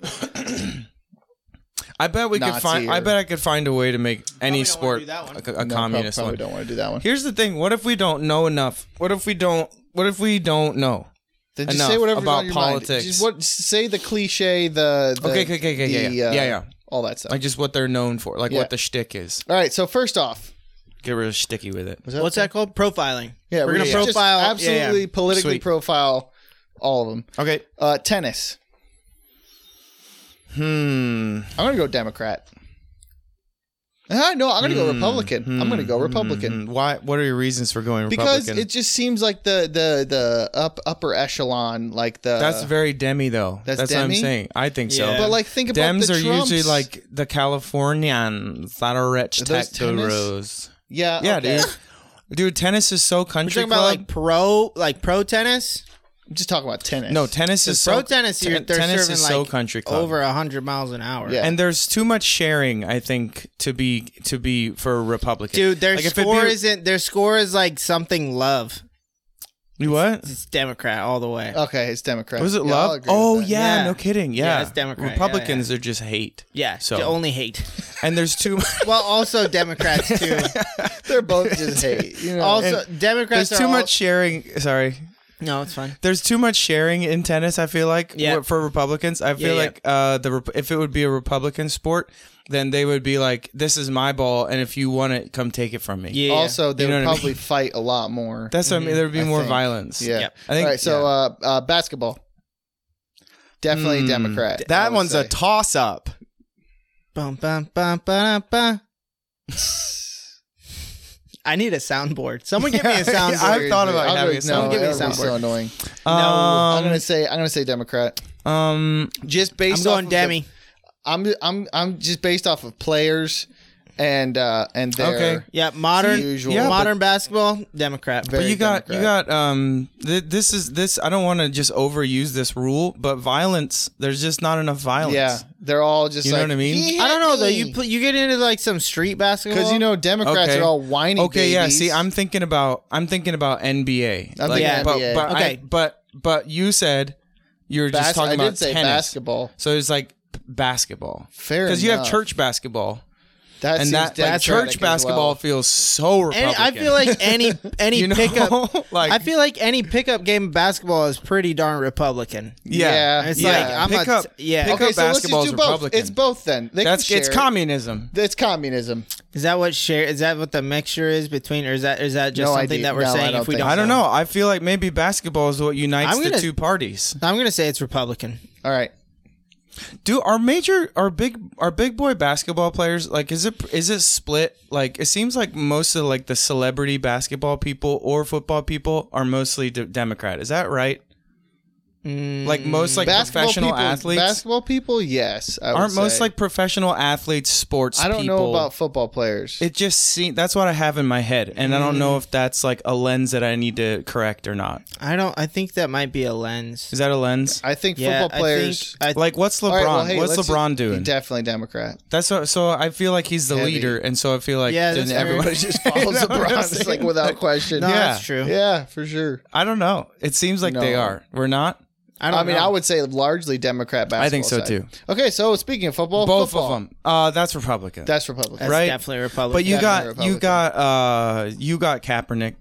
B: I bet we could
C: Nazi
B: find. I
C: or-
B: bet I could find a way to make
A: don't
B: any
A: wanna
B: sport
A: do that one.
B: a, a
C: no, prob-
B: communist
C: probably
B: one.
C: don't want to do that one.
B: Here's the thing: what if we don't know enough? What if we don't? What if we don't know?
C: Then just
B: Enough
C: say whatever's
B: about
C: on your Mind.
B: politics.
C: Just what say the cliche, the, the
B: Okay, okay, okay, okay, yeah,
C: the,
B: yeah,
C: uh,
B: yeah, yeah.
C: all that stuff.
B: Like just what they're known for, like
C: Yeah.
B: what the shtick is.
C: all right, so first off,
B: Get real sticky with it.
C: was
A: What's that called? Profiling.
C: Yeah,
A: we're gonna
C: just
A: profile.
C: absolutely
A: yeah, yeah.
C: politically
B: Sweet.
C: profile all of them.
B: Okay.
C: Uh, tennis.
B: Hmm.
C: I'm gonna go Democrat. Ah, no, I'm gonna go Republican. I'm gonna go Republican.
B: Hmm. Why? What are your reasons for going Republican?
C: Because it just seems like the the the up upper echelon, like the
B: that's very demi though.
C: That's
B: That's, what I'm
C: demi?
B: saying. I think so.
A: Yeah.
C: uh, but like think about
B: Dems
C: the
B: are
C: Trumps.
B: usually like the Californians that are rich
C: Are those
B: tech
C: tennis?
B: gurus.
C: yeah
B: Yeah,
C: okay.
B: dude. Dude, tennis is so
A: We're
B: country
A: talking about
B: club.
A: like pro, like pro tennis.
C: I'm just talking about tennis.
B: no, tennis is so
A: pro tennis, you're,
B: ten-
A: they're
B: tennis
A: serving
B: is
A: like
B: so country club.
A: over hundred miles an hour.
C: Yeah.
B: and there's too much sharing, I think, to be to be for a Republican.
A: Dude, their
B: Like, if it
A: score
B: be-
A: isn't. Their score is like something love.
B: you what?
A: It's Democrat all the way.
C: okay, it's Democrat.
B: Was it
C: Yeah, I'll
B: love?
C: agree with
B: Oh
C: that.
B: yeah,
A: Yeah.
B: no kidding. Yeah,
A: Yeah, it's Democrat. Yeah,
B: Republicans are just hate,
A: yeah,
B: so-
A: so only hate.
B: and there's too much.
A: well, also Democrats too.
C: they're both just hate. You know?
A: Also,
B: There's
A: Democrats are
B: too
A: all-
B: much sharing. Sorry,
A: No, it's fine.
B: there's too much sharing in tennis. I feel like
A: Yeah.
B: wh- for Republicans, I
A: Yeah,
B: feel
A: yeah.
B: like uh, the Rep- if it would be a Republican sport, then they would be like, "This is my ball, and if you want it, come take it from me."
A: Yeah. Mm-hmm.
C: also they
B: You know
C: would
B: what I
C: probably fight a lot more.
B: that's what I mean. There would be
C: I
B: more
C: think.
B: violence.
C: yeah.
A: Yep.
B: I think-
C: All right, so
B: yeah.
C: uh, uh, basketball. Definitely
A: Hmm.
C: Democrat. I
B: Hmm. that
C: would
B: one's a
C: say.
B: toss up.
A: Bum, bum, bum, ba, ba. I need a soundboard. Someone give me a
B: Yeah,
A: soundboard.
B: I've thought about
C: I'll
B: having
C: go-
B: a
C: no,
B: soundboard.
A: Give me a
C: that would be so
A: soundboard.
C: annoying.
B: No,
C: I'm gonna say I'm gonna say Democrat.
B: um,
C: Just
A: I'm
C: based off
A: going
C: of
A: Demi.
C: The, I'm I'm I'm just based off of players and uh and their
B: Okay.
A: yeah, modern,
C: usual.
B: Yeah,
A: modern basketball, Democrat.
C: Very
B: but you got
C: Democrat.
B: you got um th- this is this I don't want to just overuse this rule, but violence there's just not enough violence.
C: yeah, they're all just
B: You know
C: like,
B: what I mean?
C: "He
A: I don't
C: hit
A: know though.
C: me."
A: You pl- you get into like some street basketball
C: Because you know Democrats
B: Okay.
C: are all whiny.
B: Okay, yeah, see
C: babies.
B: I'm thinking about I'm thinking about NBA.
C: I'm
A: thinking
B: but,
C: NBA.
B: But I-
A: Okay.
B: but but you said you were just
C: Bas-
B: talking
C: I
B: about
C: did say
B: tennis.
C: basketball.
B: So it's like b- basketball.
C: Fair
B: Because you have
C: enough.
B: church basketball.
C: That
B: And
C: seems
B: that like,
C: Democratic as
B: church
C: well.
B: basketball feels so
A: Any,
B: Republican.
A: I feel like any any
B: you know?
A: pickup.
B: like
A: I feel like any pickup game of basketball is pretty darn Republican.
B: yeah.
C: Yeah.
A: It's
B: yeah.
A: like I'm
B: pick
A: a
B: up,
A: yeah.
B: pick
A: Okay,
B: up
C: so let's just
B: basketball's
C: do both.
B: Republican.
C: It's both then. They
B: That's
C: can
B: it's
C: share.
B: communism.
C: It's communism.
A: Is that what share? Is that what the mixture is between, or is that is that just
C: No
A: something
C: idea.
A: that we're
C: No, I
A: saying
C: don't
A: if we
C: think
A: don't?
B: I don't know. I feel like maybe basketball is what unites
A: I'm
B: the
A: gonna-
B: two parties.
A: I'm gonna say it's Republican.
C: All right.
B: Do our major, our big, our big boy basketball players like is it is it split? Like it seems like most of like the celebrity basketball people or football people are mostly de- Democrat. Is that right?
A: Mm,
B: Like most like
C: Mm, Basketball
B: professional
C: people,
B: athletes
C: Basketball people, yes. I would
B: aren't most
C: say.
B: like professional athletes sports.
C: I don't know
B: people.
C: about football players.
B: It just seems that's what I have in my head, and I don't know if that's like a lens that I need to correct or not.
A: I don't. I think that might be a lens.
B: Is that a lens?
C: I think
A: Yeah,
C: football players.
A: I think, I,
B: Like what's LeBron?
C: All right, well, hey,
B: what's
C: let's-
B: LeBron doing?
C: Definitely Democrat.
B: That's what, so. I feel like he's the
C: Heavy.
B: leader, and so I feel like
A: Yeah,
B: then
A: that's fair.
B: everybody
C: just
B: You
C: follows
B: know what I'm
C: LeBron. It's like
B: saying?
C: without question.
A: no,
B: Yeah.
A: that's true.
C: Yeah, for sure.
B: I don't know. It seems like they
C: No.
B: are. We're not.
A: I
C: I,
A: don't.
C: mean,
A: know.
C: I would say largely Democrat basketball.
B: I think so
C: side.
B: too.
C: Okay, so speaking of football,
B: Both of
C: football,
B: them. Uh, that's Republican.
C: That's Republican.
A: That's
B: right?
A: definitely Republican.
B: but you got
C: definitely
B: you got uh you got Kaepernick.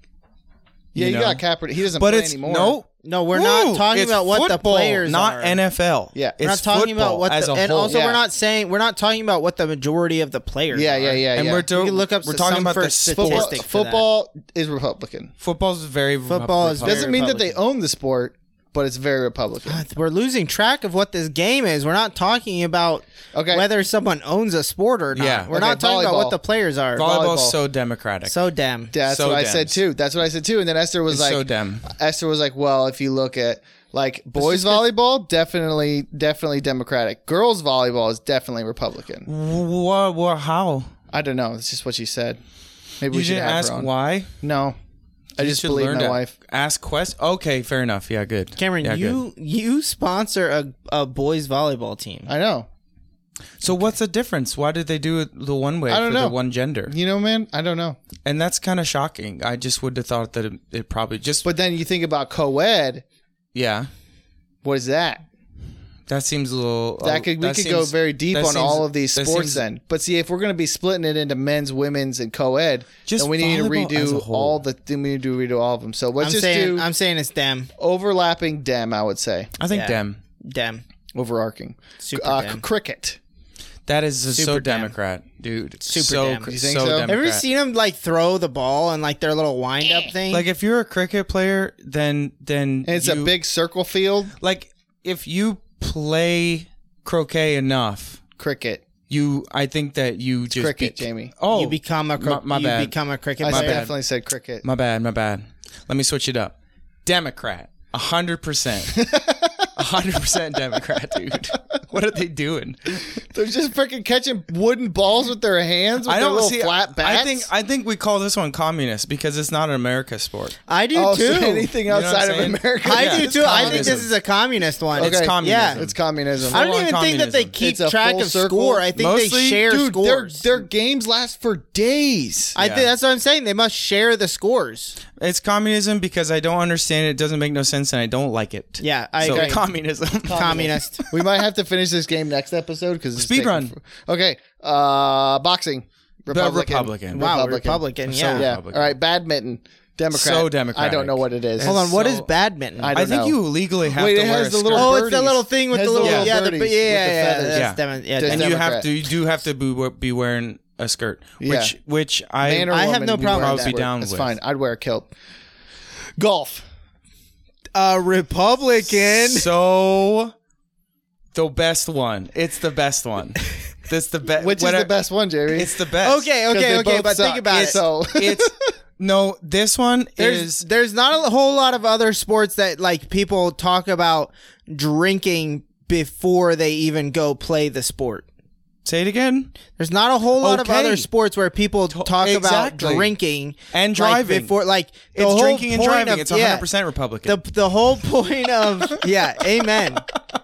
C: yeah, you,
B: know.
C: got Kaepernick. He doesn't
B: But
C: play
B: it's
C: anymore.
B: no.
A: no. We're not
B: Woo!
A: talking
B: It's
A: about what
B: football,
A: the players
B: not
A: are.
B: NFL.
C: Yeah.
A: We're
B: it's
A: not talking about
B: football
A: what
B: as
A: the,
B: a
A: and
B: whole.
A: also
C: Yeah.
A: we're not saying we're not talking about what the majority of the players.
C: Yeah,
A: are.
C: yeah, yeah,
B: and
C: yeah.
B: we're do-
A: can look up
B: we're
A: s-
B: talking
A: some
B: about the
A: first
B: sport.
C: football.
A: statistic for that.
C: Football is Republican.
B: Football's very
A: Football is
B: Republican.
C: Doesn't mean that they own the sport, but it's very Republican.
A: God, We're losing track of what this game is. We're not talking about
C: Okay.
A: whether someone owns a sport or not.
B: Yeah.
A: We're
C: Okay,
A: not talking about
C: volleyball.
A: what the players are.
B: volleyball's
C: volleyball.
B: so democratic.
A: so damn.
C: That's
B: So
C: what I said
B: Dems.
C: too. That's what I said too. And then Esther was
B: It's
C: like,
B: so dem.
C: Esther was like, well, if you look at like boys volleyball, definitely, definitely Democratic. Girls volleyball is definitely Republican.
B: What? What? How?
C: I don't know. It's just what she said. Maybe
B: You
C: we should
B: didn't
C: have
B: ask
C: her on.
B: why.
C: No, I
B: You
C: just
B: should
C: believe
B: learn
C: my
B: to
C: wife.
B: Ask questions. Okay, fair enough. Yeah, good.
A: Cameron,
B: Yeah, good.
A: you you sponsor a, a boys volleyball team.
C: I know.
B: So what's the difference? Why did they do it the one way
C: I don't
B: for
C: know.
B: the one gender?
C: You know, man. I don't know.
B: And that's kind of shocking. I just would have thought that it, it probably just
C: But then you think about co-ed,
B: Yeah,
C: What is that?
B: that seems a little.
C: That could we could go
B: seems-
C: very deep
B: that
C: on
B: seems-
C: all of these
B: that
C: sports
B: seems-
C: then. But see, if we're going to be splitting it into men's, women's, and co-ed,
B: Just
C: then we need to
B: volleyball as a
C: redo
B: whole.
C: all the then we need to redo all of them. So let's
A: I'm
C: just
A: saying
C: do
A: I'm saying it's dem,
C: overlapping dem. I would say
B: I think
A: Yeah.
B: Dem.
A: dem,
C: overarching
A: super
C: uh,
A: dem.
C: cricket.
B: That is so
A: Super Dem.
B: Democrat, dude.
A: Super
B: so,
A: Dem.
B: cr-
A: You
C: think
B: so
C: so?
B: Democrat.
A: Have you ever seen them like throw the ball and like their little wind up thing?
B: like if you're a cricket player, then then
C: And it's a
B: you-
C: big circle field
B: like if you play croquet enough,
C: cricket.
B: you I think that you just
C: cricket,
B: bec-
C: Jamie.
B: Oh,
A: you become a cro-
B: my- my
A: you
B: bad.
A: become a cricket
C: I
A: player.
B: bad.
C: definitely said cricket.
B: my bad, my bad. Let me switch it up. Democrat, hundred percent, hundred percent Democrat, dude. What are they doing?
C: They're just freaking catching wooden balls with their hands with
B: I
C: their
B: don't
C: little
B: see.
C: flat bats.
B: I think I think we call this one communist because it's not an America sport.
A: I do
C: oh, so
A: too.
C: anything
B: know what I'm
C: outside
B: saying?
C: of America.
A: I
B: Yeah,
A: do
B: it's
A: too. I think this
B: communism.
A: is a communist one.
B: It's communism.
A: Yeah.
C: It's communism.
A: I don't
B: full-on
A: even think that they
B: communism.
A: keep
C: It's a
A: track
C: full
A: of
C: circle.
A: score. I think they
B: Mostly-
A: share
C: Dude, their,
A: scores.
C: their games last for days.
A: I
B: Yeah.
A: think that's what I'm saying. They must share the scores.
B: It's communism because I don't understand it. It doesn't make no sense, and I don't like it.
A: Yeah, I
B: so
A: agree.
B: communism.
A: communist.
C: we might have to finish this game next episode because
B: Speed run.
C: Okay, uh, boxing. Republican.
B: Republican.
A: wow, Republican.
B: So-
A: Yeah.
C: Yeah.
B: Republican.
C: All right. Badminton. Democrat.
B: So democratic.
C: I don't know what it is.
A: Hold on. What
B: So-
A: is badminton?
C: I
B: I,
C: don't
B: think
C: know.
B: you legally have
C: Wait,
B: to
C: it
B: wear
C: has
B: a
C: the
B: skirt.
C: little
A: oh, it's the
C: birdies.
A: little thing with
C: Has
A: the
C: the
A: little
C: little
A: yeah, the,
C: birdies
A: yeah,
C: with the
A: yeah,
C: feathers.
A: that's demo- yeah,
C: Does
A: demo-
B: and you have
C: Democrat.
B: to you do have to be, be wearing a skirt, which
C: Yeah.
B: which I
C: Man or
A: I have
C: woman,
A: no
C: you
A: problem
C: wear
A: with
C: a
B: that.
C: skirt.
B: down
C: It's
B: with.
C: fine. I'd wear a kilt. Golf.
A: a Republican.
B: so the best one. It's the best one. That's the best.
C: Which is the best one, Jerry?
B: It's the best.
A: Okay, okay, okay. But think about it.
C: So
B: It's no. This one
A: there's
B: is
A: there's not a whole lot of other sports that like people talk about drinking before they even go play the sport.
B: say it again
A: There's not a whole lot
B: Okay.
A: of other sports where people talk
B: exactly.
A: about drinking
B: and
A: like,
B: driving.
A: before like the
B: it's
A: whole
B: drinking and
A: point
B: driving.
A: of-
B: it's
A: yeah.
B: 100 percent Republican.
A: the the whole point of yeah, amen.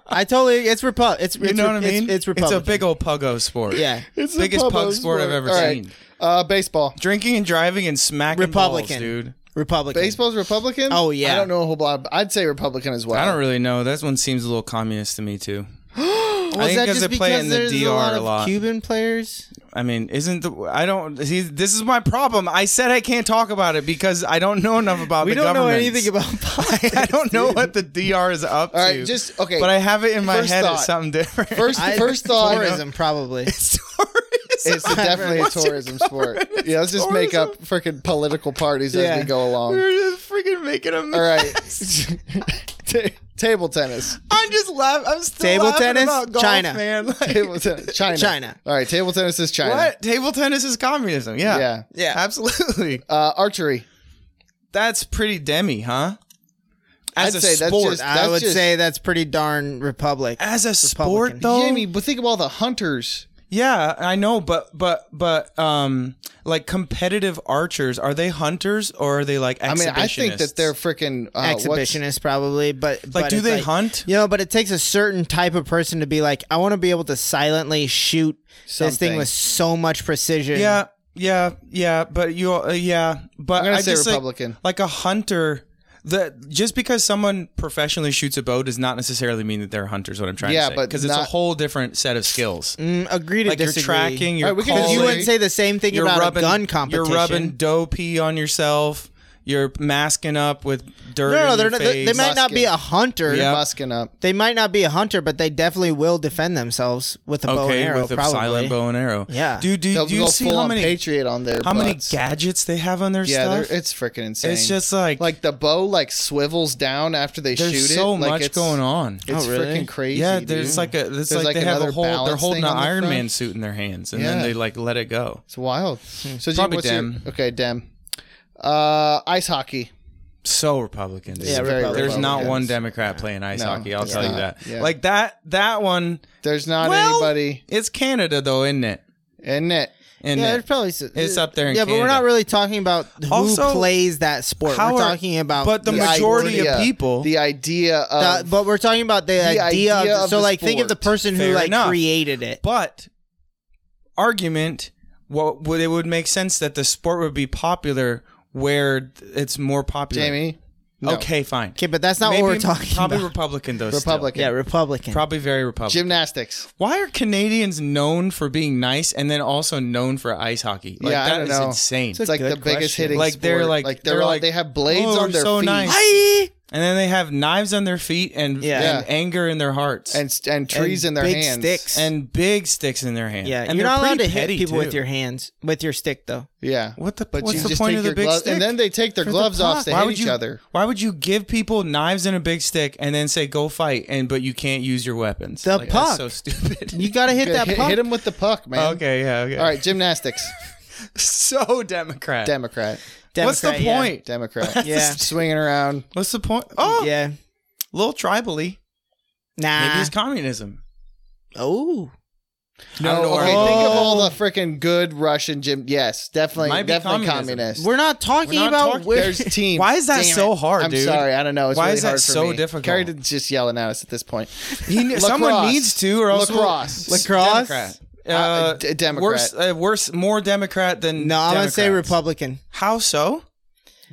A: I totally it's Repu- it's,
B: you
A: it's
B: know
A: re-
B: what I mean?
A: It's, it's Republican.
B: a big old puggo sport.
A: yeah.
C: it's the
B: biggest pug
C: Pubbo's
B: sport I've ever
C: All right.
B: seen.
C: Uh, baseball.
B: Drinking and driving and smacking
A: Republican.
B: balls, dude.
A: Republican.
C: Baseball's Republican.
A: Oh, yeah.
C: I don't know a whole lot. I'd say Republican as well.
B: I don't really know. That one seems a little communist to me too.
A: Was
B: I think
A: that
B: because
A: just
B: they play
A: because
B: in the
A: there's
B: DR
A: a lot,
B: a lot.
A: of Cuban players?
B: I mean, isn't the I don't see this is my problem. I said I can't talk about it because I don't know enough about
A: We
B: the
A: don't know
B: governments.
A: anything about politics.
B: I don't know what the DR is up
C: All
B: to.
C: right, just- okay.
B: But I have it in my
C: First
B: head
C: thought.
B: as something different.
C: First,
A: I-
C: first thought.
A: tourism probably.
B: It's
C: It's
B: tourism.
C: definitely a
B: What's it
C: tourism sport. Yeah, let's just make up freaking political parties
A: Yeah.
C: as we go along.
B: We're just freaking making a mess.
C: All right. Ta- table tennis.
B: I'm just laughing. I'm still
A: Table
B: laughing
A: tennis?
B: about golf,
A: China.
B: man. Like,
C: Table tennis. China.
A: China.
C: All right, table tennis is China.
B: what? Table tennis is communism. Yeah.
C: Yeah.
A: Yeah.
B: Absolutely.
C: Uh, archery.
B: That's pretty demi, huh? As
C: I'd
B: a
C: say that's
B: sport.
C: just-
A: I would
C: just-
A: say that's pretty darn republic.
B: as a
A: Republican.
B: sport though.
C: Jamie, but think of all the hunters.
B: Yeah, I know, but but but um like competitive archers, are they hunters or are they like
C: I mean,
B: exhibitionists?
C: I think that they're freaking uh, what's-
A: Exhibitionist probably, but
B: like
A: but
B: do
A: it's
B: they
A: like-
B: hunt?
A: You know, but it takes a certain type of person to be like, I want to be able to silently shoot this thing
C: Something.
A: with so much precision.
B: Yeah, yeah, yeah, but you uh, yeah, but
C: I'm gonna
B: I
C: say
B: just, like-
C: Republican.
B: Like, a hunter that just because someone professionally shoots a bow does not necessarily mean that they're hunters what I'm trying
C: Yeah,
B: to say
C: but
B: because it's a
C: not-
B: whole different set of skills.
A: Mm, agree to
B: Like
A: disagree.
B: you're tracking, you're
C: All right, we can-
B: calling,
A: Because you
C: Like,
A: wouldn't say the same thing
B: you're
A: about
B: rubbing
A: a gun competition.
B: You're rubbing dough pee on yourself. You're masking up with dirt.
A: No, no,
B: in
A: they're
B: your
A: not, they,
B: face.
A: they might not be
C: Musket.
A: a hunter.
B: Yeah.
C: busking up.
A: They might not be a hunter, but they definitely will defend themselves with a bow and
B: okay
A: arrow.
B: with a
A: probably.
B: silent bow and arrow.
A: Yeah.
B: Dude, do,
C: They'll
B: do you
C: go
B: see
C: full
B: how
C: on
B: many
C: Patriot on their
B: how many
C: butts.
B: gadgets they have on their
C: Yeah, they're-
B: stuff?
C: it's freaking insane.
B: it's just like
C: like the bow like swivels down after they
B: there's
C: shoot
B: so
C: it. Like,
B: much
C: it's,
B: going on.
C: It's
A: Oh, really?
C: freaking crazy.
B: yeah,
C: dude.
B: there's like a it's like,
C: like
B: they have a
C: another
B: whole they're
C: balance
B: holding
C: thing
B: an
C: on the
B: Iron
C: front.
B: Man suit in their hands and then
C: Yeah.
B: they like let it go.
C: It's wild. So Jim,
B: Probably
C: what's your-
B: Dem.
C: okay, Dem. Uh, ice hockey.
B: So Republican. dude.
A: Yeah,
C: Very
A: Republican.
B: there's not
C: Republican.
B: one Democrat playing ice
C: No,
B: hockey. I'll
C: it's
B: tell you
C: not.
B: that.
C: Yeah.
B: Like that that one.
C: There's not
B: Well-
C: anybody
B: It's Canada though, isn't it?
C: in it.
B: And
A: Yeah,
B: yeah,
A: there's probably
B: It's up there in
A: yeah, but we're
B: Canada.
A: not really talking about who
B: Also,
A: plays that sport.
B: how
A: we're
B: are-
A: talking about
B: but the majority of people-
C: The idea
A: the-
C: of
A: but we're talking about the, idea,
C: idea
A: of,
C: of
A: so
C: the
A: like think of the
C: sport.
A: person who
B: Fair
A: like
B: enough.
A: created it.
B: but argument what would it would make sense that the sport would be popular where it's more popular
C: Jamie. No.
B: Okay, fine.
A: Okay, but that's not what we're talking
B: probably
A: about.
B: Republican though. still.
C: Republican.
A: yeah, Republican.
B: Probably very Republican.
C: Gymnastics.
B: Why are Canadians known for being nice and then also known for ice hockey? Like,
C: yeah,
B: that
C: I don't
B: is
C: know.
B: insane.
C: It's like the
A: good
C: biggest
A: question.
C: hitting.
B: Like, they're
C: sport.
B: like-
C: they're,
B: they're
C: all-
B: like,
C: they have blades
B: "Oh,
C: on their
B: so
C: feet
B: nice."
A: Bye.
B: and then they have knives on their feet and,
A: Yeah.
B: and anger in their hearts
C: and and trees
A: And
C: in their
A: big
C: hands.
A: sticks.
B: and big sticks in their hands.
A: Yeah,
B: and
A: you're
B: they're
A: not allowed
B: pretty
A: to hit
B: petty,
A: people with
B: too.
A: your hands, with your stick though.
C: Yeah,
B: What the?
C: but
B: what's
C: you
B: the
C: just
B: point
C: take
B: of the
C: your
B: big
C: gloves,
B: stick?
C: and then they take their
B: For the
C: gloves off
B: puck.
C: to
B: why
C: hit
B: would
C: each
B: you,
C: other.
B: Why would you give people knives and a big stick and then say go fight and but you can't use your weapons?
A: The
B: Like, that's
A: puck.
B: so stupid.
A: You gotta hit that
C: hit,
A: puck.
C: hit him with the puck, man.
B: okay, yeah, okay.
C: All right, gymnastics.
B: so Democrat.
C: Democrat.
B: What's the
A: Democrat, yeah.
B: point?
C: Democrat.
A: Yeah.
C: Swinging around.
B: What's the point? Oh,
A: Yeah.
B: little tribally. Maybe
A: Nah.
B: it's communism.
A: Oh.
B: I don't know
C: No,
B: where
C: okay.
B: I'm-
C: Think of all the freaking good Russian gym. Yes, definitely,
B: Might be
C: definitely
B: communism.
C: communist.
A: We're not talking
B: We're not
A: about
B: talking-
A: where
C: There's teams.
B: Why is that
C: Damn
B: so
C: it.
B: hard,
C: I'm
B: dude?
C: sorry. I don't know. It's
B: Why
C: really
B: is that
C: hard for
B: so
C: me.
B: difficult?
C: Carrie did- just yelling at us at this point.
B: He, kn- someone
C: Lacrosse.
B: needs to, or else we'll-
C: Lacrosse.
A: Lacrosse?
B: Democrat. Uh,
C: Uh, d- Democrat.
B: Worse, uh, worse, more Democrat than
A: No, I'm gonna say
B: Democrats.
A: Republican
B: How so?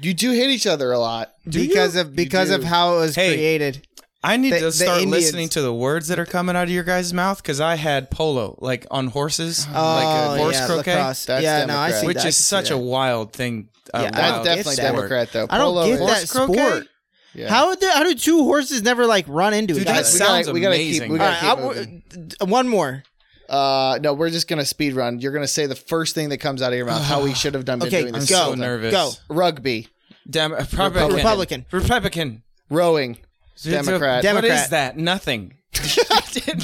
C: You do hit each other a lot.
A: because of because of
C: do.
A: how it was
B: Hey.
A: created.
B: I need
A: The-
B: to
A: the
B: start
A: Indians.
B: listening to the words that are coming out of your guys' mouth because I had polo, like on horses,
A: Oh,
B: like a horse
A: yeah,
B: croquet,
A: lacrosse.
C: That's
A: yeah, no, I
C: Democrat.
A: see
B: which
A: that.
B: is
A: I see
B: such
A: that.
B: a wild thing. a
A: Yeah, I
C: That's
A: don't
B: wild
A: get
C: definitely
A: that.
B: sport.
C: Democrat, though.
A: I don't
C: Polo
A: get
C: is-
A: that
B: Horse croquet?
A: sport.
C: Yeah.
A: How would the, how do two horses never like run into
B: Dude,
A: each other?
B: that
C: Guys, we gotta-
B: sounds
C: we gotta keep-
B: amazing.
C: we
A: All
C: gotta-
A: right, I
C: keep
A: w- d- one more.
C: Uh, no, we're just gonna speed run. You're gonna say the first thing that comes out of your mouth. how we should have done. Been
A: Okay,
C: doing
B: I'm
C: this
A: go.
B: so nervous.
A: Go.
C: Rugby,
B: Dem- uh, Republican.
A: Republican.
B: Republican.
C: rowing,
B: What
C: Democrat,
A: Democrat.
B: is that? Nothing.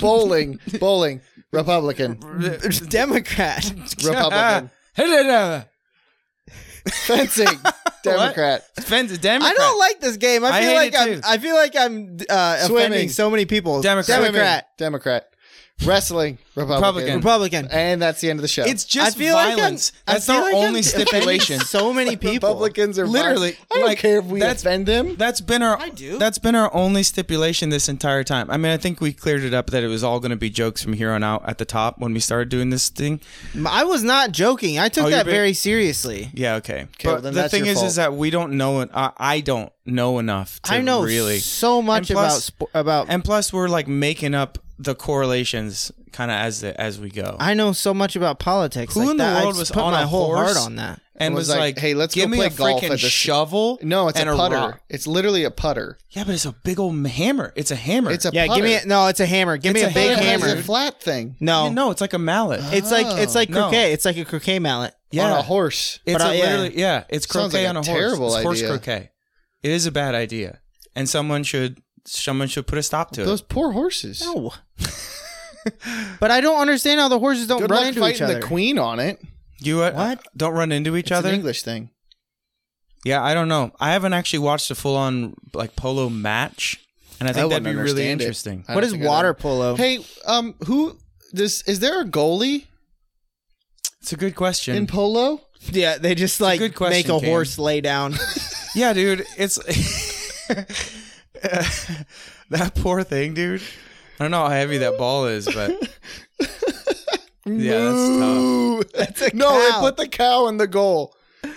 C: bowling, bowling, Republican,
A: Democrat.
C: Republican, fencing, Democrat,
B: Defense- Democrat.
A: I don't like this game. I
B: I
A: feel
B: hate
A: like
B: it
A: I'm
B: too.
A: I feel like I'm uh, offending
C: Swimming.
A: so many people.
B: Democrat.
A: Democrat.
C: Democrat, wrestling, Republican.
B: Republican.
A: Republican.
C: and that's the end of the show.
B: It's just
A: I feel like I'm-
B: violence.
A: I
B: That's
A: feel
B: our
A: like I'm
B: only
A: offending
B: stipulation.
A: So many people.
C: Republicans are
B: Literally,
C: violent. I don't
B: like,
C: care if we
B: that's-
C: offend them.
B: That's been our
A: I do.
B: that's been our only stipulation this entire time. I mean, I think we cleared it up that it was all going to be jokes from here on out at the top when we started doing this thing.
A: I was not joking. I took
B: Oh, you're
A: that
B: being-
A: very seriously.
B: Yeah, okay.
C: well,
B: But
C: then
B: the
C: that's
B: thing
C: your
B: is
C: fault.
B: is that we don't know en- I, I don't know enough to
A: I know
B: really.
A: so much
B: And plus-
A: about spo- about
B: And plus we're like making up the correlations kind of as the, as we go.
A: I know so much about politics.
B: Who
A: like
B: in the
A: that. I
B: world
A: just
B: was
A: put
B: on
A: my
B: a
A: whole heart
B: horse?
A: on that?
B: and
C: was
B: was
C: like,
B: like,
C: "Hey, let's
B: give me
C: go play
B: a
C: golf
B: freaking
C: at the-
B: shovel."
C: No, it's
B: and
C: a putter.
B: rock.
C: It's literally a putter.
B: Yeah, but it's a big old hammer. It's a hammer.
C: It's a
A: Yeah,
C: putter.
A: give me a, no. It's a hammer. Give me
B: It's
A: a,
B: a
A: big
C: Putter has
A: hammer.
C: a flat thing
A: No,
B: Yeah, no, it's like a mallet.
A: it's like it's like
B: No.
A: croquet. It's like a croquet mallet.
B: yeah.
C: on a horse.
B: It's
A: But, uh,
B: a
A: yeah.
B: literally yeah. It's
C: Sounds
B: croquet on
C: like a
B: a horse.
C: terrible
B: it's horse
C: idea.
B: croquet. It is a bad idea, and someone should someone should put a stop to
C: Those
B: it.
C: poor horses.
A: No. but I don't understand how the horses don't
C: Good
A: run
C: luck
A: into each
C: fighting
A: other.
C: the queen on it.
B: You uh,
A: What?
B: Don't run into each
C: It's
B: other.
C: an English thing.
B: Yeah, I don't know. I haven't actually watched a full on like polo match, and I think that'd
C: wouldn't
B: be really
C: understand it.
B: interesting.
C: I
A: What
C: don't
A: is
C: think I
A: water
C: would.
A: polo?
C: Hey, um, who this is there a goalie
B: It's a good question.
C: in polo?
A: yeah, they just like
B: good question,
A: make a
B: Kane.
A: horse lay down.
B: yeah, dude, it's that poor thing, dude. I don't know how heavy that ball is, but yeah, that's tough.
C: Ooh,
A: That's a
C: no,
A: cow.
C: they put the cow in the goal.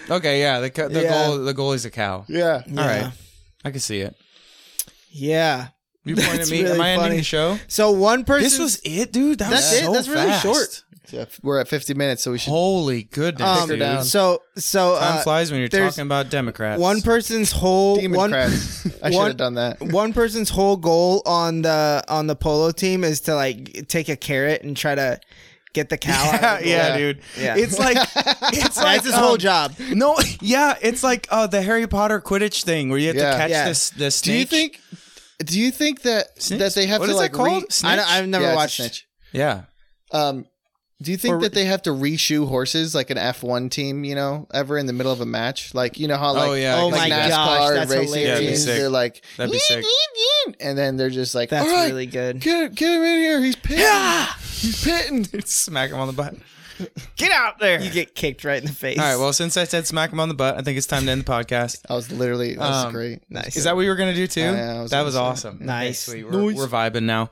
B: Okay, yeah, the co- the
A: Yeah.
B: goal the goalie's a cow.
C: Yeah,
A: Yeah.
B: All right, I can see it.
A: Yeah.
B: You point at
A: That's
B: me. Am
A: really
B: I ending
A: funny.
B: the show?
A: So one person.
B: This was it, dude. That
A: That's
B: was
A: it.
B: so
A: That's really
B: fast.
A: short.
C: Yeah, we're at 50 minutes, so we should.
B: Holy goodness,
A: um,
B: dude.
C: down.
A: so so
B: Time
A: uh,
B: flies when you're
A: there's
B: talking about Democrats.
A: one person's whole
C: Demon
A: one
C: crabs. I should
A: one-
C: have done that.
A: one person's whole goal on the on the polo team is to like take a carrot and try to get the cow. out
B: yeah,
A: of the
B: yeah,
C: Yeah.
B: dude.
A: Yeah.
B: It's like it's like
A: That's his whole
B: um,
A: job.
B: No, yeah, it's like uh, the Harry Potter Quidditch thing where you have
C: Yeah.
B: to catch
A: Yeah.
B: this this
C: Do you think? Do you think that
B: Snitch?
C: that they have
B: What
C: to
B: is that
C: like
B: called?
C: re-
B: Snitch?
A: I don't, I've never
C: Yeah, it's a
A: watched.
C: snitch.
B: Yeah.
C: Um, do you think
A: Or-
C: that they have to reshoe horses like an F1 team, you know, ever in the middle of a match? Like, you know how like
B: oh yeah. I
A: oh
B: can
A: my
C: like
B: see that.
A: God.
C: NASCAR
A: that's
C: racing
A: hilarious.
C: teams,
B: That'd be
C: they're
B: sick.
C: like,
B: That'd be sick.
C: and then they're just like,
A: That's
C: all right,
A: really good.
C: get, get him in here. He's pitting.
B: Yeah.
C: He's pitting.
B: Dude, smack him on the butt. Get out there.
A: You get kicked right in the face.
B: All right. Well, since I said smack him on the butt, I think it's time to end the podcast.
C: I was literally, that was
B: Um,
C: great.
A: nice.
B: Is that what you were gonna do too?
C: Yeah, yeah, I was
B: that
C: gonna
B: was
C: say.
B: awesome.
A: Nice.
B: Okay, sweet. We're,
A: Nice.
B: we're vibing now.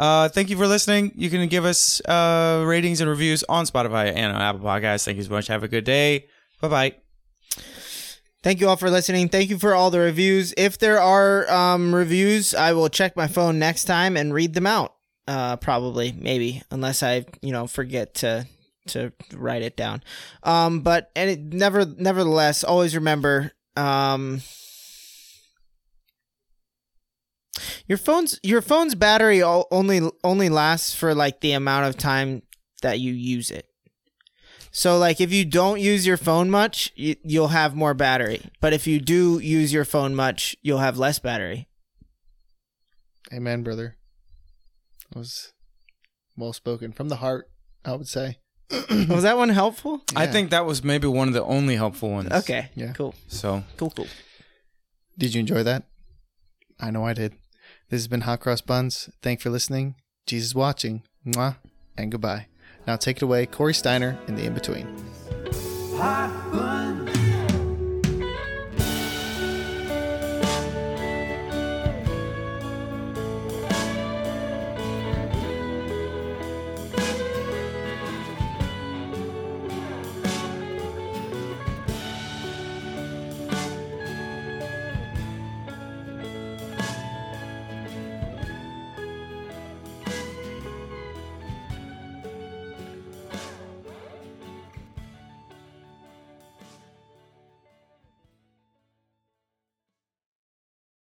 B: Uh, thank you for listening. You can give us uh, ratings and reviews on Spotify and on Apple Podcasts. Thank you so much. Have a good day. Bye bye.
A: Thank you all for listening. Thank you for all the reviews. If there are um, reviews, I will check my phone next time and read them out. Uh, probably, maybe, unless I, you know, forget to to write it down. Um, but and it, never, nevertheless, always remember. Um, your phone's your phone's battery o- only only lasts for like the amount of time that you use it. So like if you don't use your phone much, you, you'll have more battery. But if you do use your phone much, you'll have less battery.
C: Amen, brother. That was well spoken from the heart, I would say.
A: Was that one helpful?
B: I
C: Yeah.
B: think that was maybe one of the only helpful ones.
A: Okay.
C: Yeah.
A: Cool.
B: So
A: Cool. Cool.
C: Did you enjoy that? I know I did. This has been Hot Cross Buns. Thank you for listening. Jesus watching. Mwah. And goodbye. Now take it away, Corey Steiner in the in between.
D: hot bun.